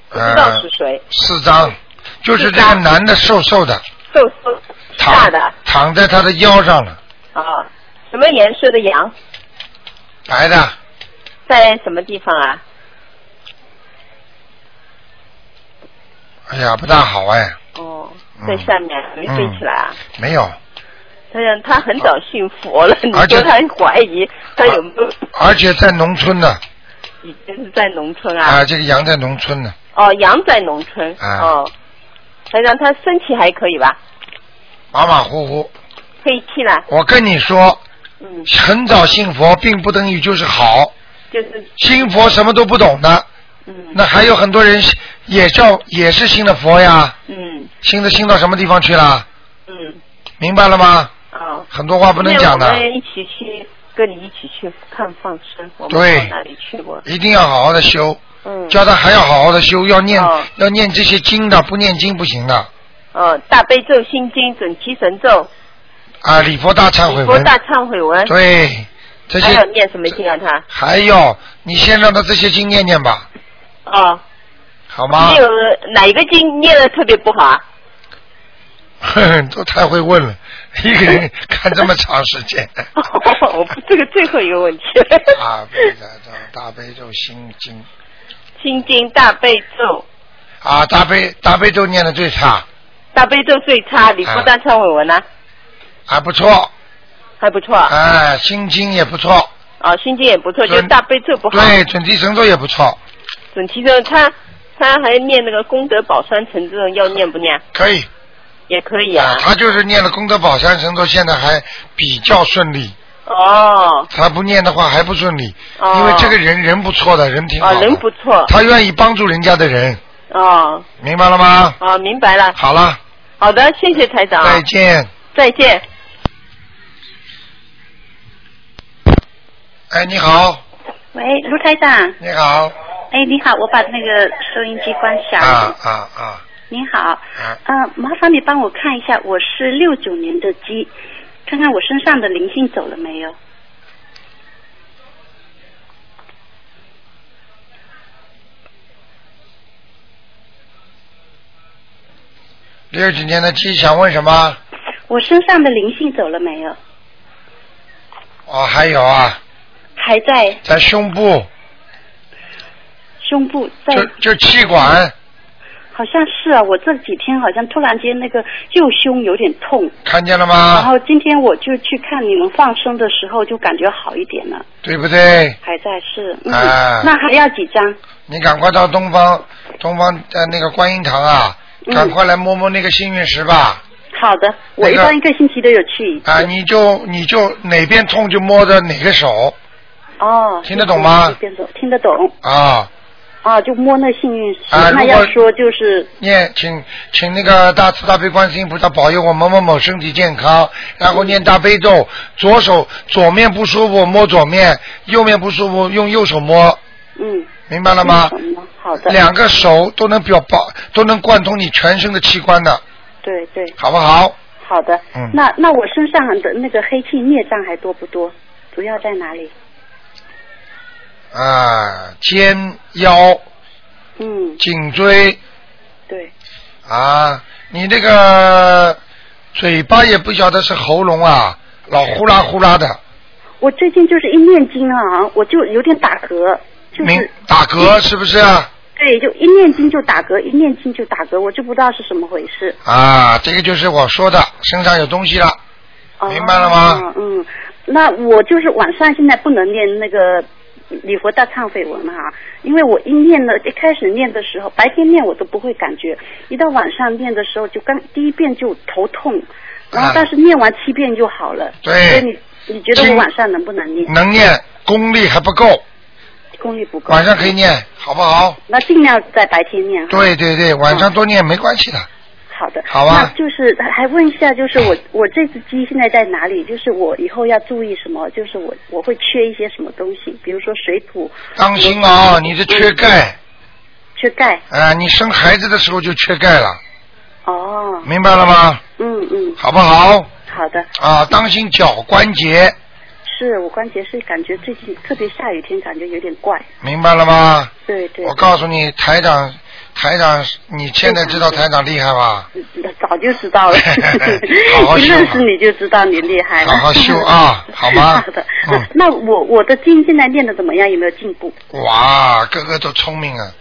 S15: 不知道
S1: 呃
S15: 是谁，
S1: 四张，就是这个男的瘦瘦的
S15: 瘦瘦大的啊、
S1: 躺在他的腰上了，
S15: 什么颜色的羊？
S1: 白的
S15: 在什么地方啊？
S1: 哎呀，不大好哎，
S15: 哦，
S1: 嗯
S15: 在下面没飞起来啊。
S1: 没有，
S15: 他讲他很早信佛了，你
S1: 而且
S15: 说他怀疑他有没有
S1: 而且在农村呢，
S15: 已经是在农村啊？
S1: 啊，这个羊在农村呢，
S15: 哦，羊在农村。
S1: 啊
S15: 哦，台长，他身体还可以吧？
S1: 马马虎虎。
S15: 黑气呢？
S1: 我跟你说，
S15: 嗯，
S1: 很早信佛并不等于就是好，
S15: 就是
S1: 信佛什么都不懂的，
S15: 嗯，
S1: 那还有很多人也叫也是信了佛呀，
S15: 嗯
S1: 信的信到什么地方去了？
S15: 嗯
S1: 明白了吗？
S15: 哦，
S1: 很多话不能讲
S15: 那
S1: 的
S15: 我，们一起去，跟你一起去看放生，我们
S1: 对
S15: 到哪里去过？
S1: 一定要好好的修，
S15: 嗯，
S1: 叫他还要好好的修，要念
S15: 哦
S1: 要念这些经的，不念经不行的，
S15: 呃大悲咒、心经、准提神咒、
S1: 啊，礼佛大忏悔
S15: 佛
S1: 文，
S15: 大忏悔文，，
S1: 对，这
S15: 还
S1: 些
S15: 有念什么经啊？他
S1: 还有，你先让他这些经念念吧，
S15: 哦，
S1: 好吗
S15: 没？有哪一个经念的特别不好啊？
S1: 都太会问了，一个人看这么长时间。
S15: 我这个最后一个问题，
S1: 大悲的咒、大悲咒心经
S15: 心经、大悲咒、
S1: 啊，大悲大悲咒念的最差，
S15: 大悲咒最差，礼
S1: 啊
S15: 佛大忏悔文呢
S1: 还不错，
S15: 还不错，
S1: 哎，心经也不错，
S15: 哦，心经也不错，就
S1: 准
S15: 大悲咒不好，
S1: 对，准提神咒也不错，
S15: 准提咒他他还念那个功德宝山城这种要念不念？
S1: 可以。
S15: 也可以啊。
S1: 他就是念了功德宝山神咒，现在还比较顺利。
S15: 哦
S1: 他不念的话还不顺利，
S15: 哦
S1: 因为这个人人不错的，人挺好
S15: 哦，
S1: 的，
S15: 人不错。
S1: 他愿意帮助人家的人，
S15: 哦
S1: 明白了吗？
S15: 哦，明白了。
S1: 好了，
S15: 好的，谢谢台长。
S1: 再。见。
S15: 再见。
S1: 哎，你好，
S4: 喂，卢台长，
S1: 你好，
S4: 哎，你好，我把那个收音机关小
S1: 啊
S4: 一点。
S1: 啊啊
S4: 您好，
S1: 啊，
S4: 嗯、麻烦你帮我看一下，我是六九年的鸡，看看我身上的灵性走了没有？
S1: 六几年的鸡想问什么？
S4: 我身上的灵性走了没有？
S1: 哦，还有啊，
S4: 还在
S1: 在胸部，
S4: 胸部，在
S1: 就就气管，
S4: 好像是啊，我这几天好像突然间那个右胸有点痛，
S1: 看见了
S4: 然
S1: 吗？
S4: 后今天我就去看你们放生的时候，就感觉好一点了，
S1: 对不对？
S4: 还在是，嗯，
S1: 啊
S4: 那还要几张？
S1: 你赶快到东方东方呃那个观音堂啊，
S4: 嗯
S1: 赶快来摸摸那个幸运石吧。
S4: 好的，我一
S1: 那个
S4: 般一个星期都有去一次。
S1: 啊，你就你就哪边痛就摸着哪个手
S4: 哦，
S1: 听得懂吗
S4: 听得懂，听得懂。
S1: 啊。
S4: 啊，就摸那幸运石。
S1: 啊
S4: 那
S1: 如
S4: 要
S1: 果
S4: 说就是
S1: 念请请那个大慈大悲观世音菩萨保佑我某某某身体健康，然后念大悲咒，左手左面不舒服摸左面，右面不舒服用右手摸，
S4: 嗯，
S1: 明白了吗？
S4: 好的。
S1: 两个手都能表保都能贯通你全身的器官的，
S4: 对对，
S1: 好不好？
S4: 好的。
S1: 嗯
S4: 那那我身上的那个黑气孽障还多不多？主要在哪里？
S1: 啊，肩腰
S4: 嗯，
S1: 颈椎
S4: 对，
S1: 啊，你那个嘴巴也不晓得是喉咙啊，老呼啦呼啦的，
S4: 我最近就是一念经啊，我就有点打嗝，就是
S1: 明打嗝是不是啊？
S4: 对，就一念经就打嗝，一念经就打嗝，我就不知道是什么回事。
S1: 啊，这个就是我说的，身上有东西了，明白了吗？
S4: 哦嗯，那我就是晚上现在不能念那个礼佛大忏悔文哈、因为我一念了，一开始念的时候，白天念我都不会感觉，一到晚上念的时候，就刚第一遍就头痛，然后但是念完七遍就好了。
S1: 嗯对
S4: 所以你你觉得我晚上能不能念？
S1: 能念，功力还不够，
S4: 功力不够。
S1: 晚上可以。念，好不好？
S4: 那尽量在白天念哈。
S1: 对对对，晚上多念没关系的。
S4: 好的，
S1: 好啊
S4: 那就是还问一下，就是我我这只鸡现在在哪里？就是我以后要注意什么？就是我我会缺一些什么东西，比如说水土。
S1: 当心啊、
S4: 嗯
S1: 你是缺钙，
S4: 缺钙。
S1: 啊，你生孩子的时候就缺钙了，
S4: 哦。
S1: 明白了吗？
S4: 嗯嗯。
S1: 好不好？
S4: 好的，
S1: 啊，当心脚关节，
S4: 是我关节是感觉最近特别下雨天，感觉有点怪。
S1: 明白了吗？
S4: 对对。
S1: 我告诉你，台长，台长，你现在知道台长厉害 吧？
S4: 早就知道了，
S1: 好 好
S4: 一
S1: 修啊
S4: 认识你就知道你厉害了。
S1: 好好修 啊好吗嗯
S4: 好的，那我我的经现在练的怎么样？有没有进步？
S1: 哇，个个都聪明啊！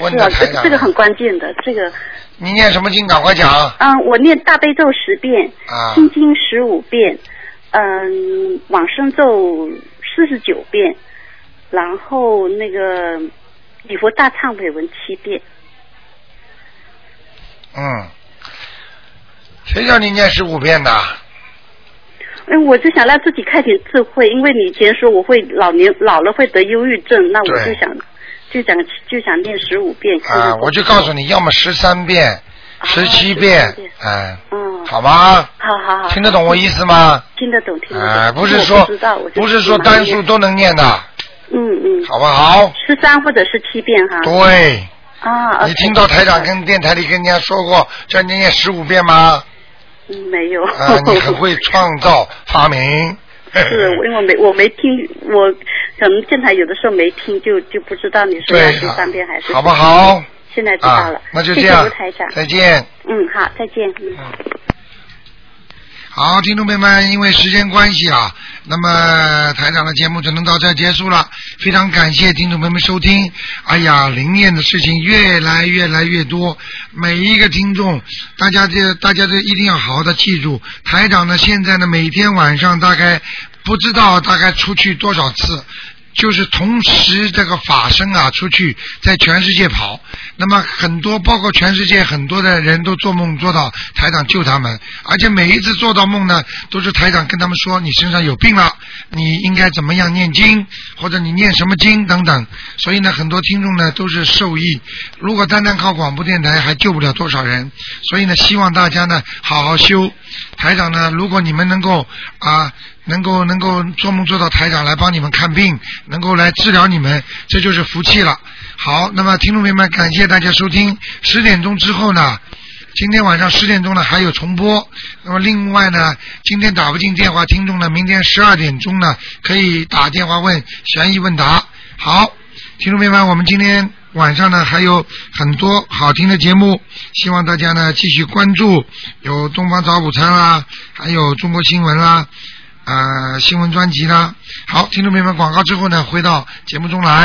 S1: 问
S4: 是
S1: 的
S4: 啊，
S1: 台
S4: 这
S1: 长，
S4: 这个很关键的，这个。
S1: 你念什么经？赶快讲
S4: 嗯，我念大悲咒十遍，
S1: 啊！
S4: 心经十五遍，嗯，往生咒四十九遍，然后那个礼佛大忏悔文七遍。
S1: 嗯，谁叫你念十五遍的？啊
S4: 嗯，我就想让自己开点智慧，因为你以前说我会老年老了会得忧郁症，那我
S1: 对
S4: 就想就想就想念十五遍。啊看看
S1: 啊，我就告诉你要么十三遍，十七遍，哎，好吗？
S4: 嗯好好好，
S1: 听得懂我意思吗？
S4: 听得懂，听得懂。
S1: 哎，不是
S4: 我
S1: 说
S4: 不知道，我就
S1: 不是说单数都能念的，
S4: 嗯嗯，
S1: 好不好？
S4: 十三或者是七遍哈。
S1: 对，
S4: 啊，
S1: 你听到台长跟电台里跟人家说过，叫人家念十五遍吗？
S4: 嗯没有。
S1: 啊，你很会创造发明。
S4: 哦是，我因为我没我没听，我可能电台有的时候没听，就就不知道你说要
S1: 对
S4: 第
S1: 了
S4: 三遍还是
S1: 好不好？
S4: 现在知道了，
S1: 啊那就
S4: 谢
S1: 这
S4: 谢
S1: 样
S4: 卢台长，
S1: 再见。
S4: 嗯，好，再见。嗯
S1: 好，听众朋友们，因为时间关系啊，那么台长的节目只能到这儿结束了。非常感谢听众朋友们收听。哎呀，灵验的事情越来越来越多，每一个听众，大家这大家这一定要好好的记住。台长呢，现在呢，每天晚上大概不知道大概出去多少次，就是同时这个法身啊出去在全世界跑，那么很多包括全世界很多的人都做梦做到台长救他们，而且每一次做到梦呢，都是台长跟他们说你身上有病了，你应该怎么样念经，或者你念什么经等等。所以呢，很多听众呢都是受益。如果单单靠广播电台还救不了多少人，所以呢，希望大家呢好好修。台长呢，如果你们能够啊，能够能够做梦做到台长来帮你们看病，能够来治疗你们，这就是福气了。好，那么听众朋友们，感谢大家收听。十点钟之后呢，今天晚上十点钟呢还有重播。那么另外呢，今天打不进电话，听众呢明天十二点钟呢可以打电话问悬疑问答。好，听众朋友们，我们今天晚上呢还有很多好听的节目，希望大家呢继续关注，有东方早午餐啦，还有中国新闻啊啦。呃，新闻专辑啦。好，听众朋友们，广告之后呢，回到节目中来。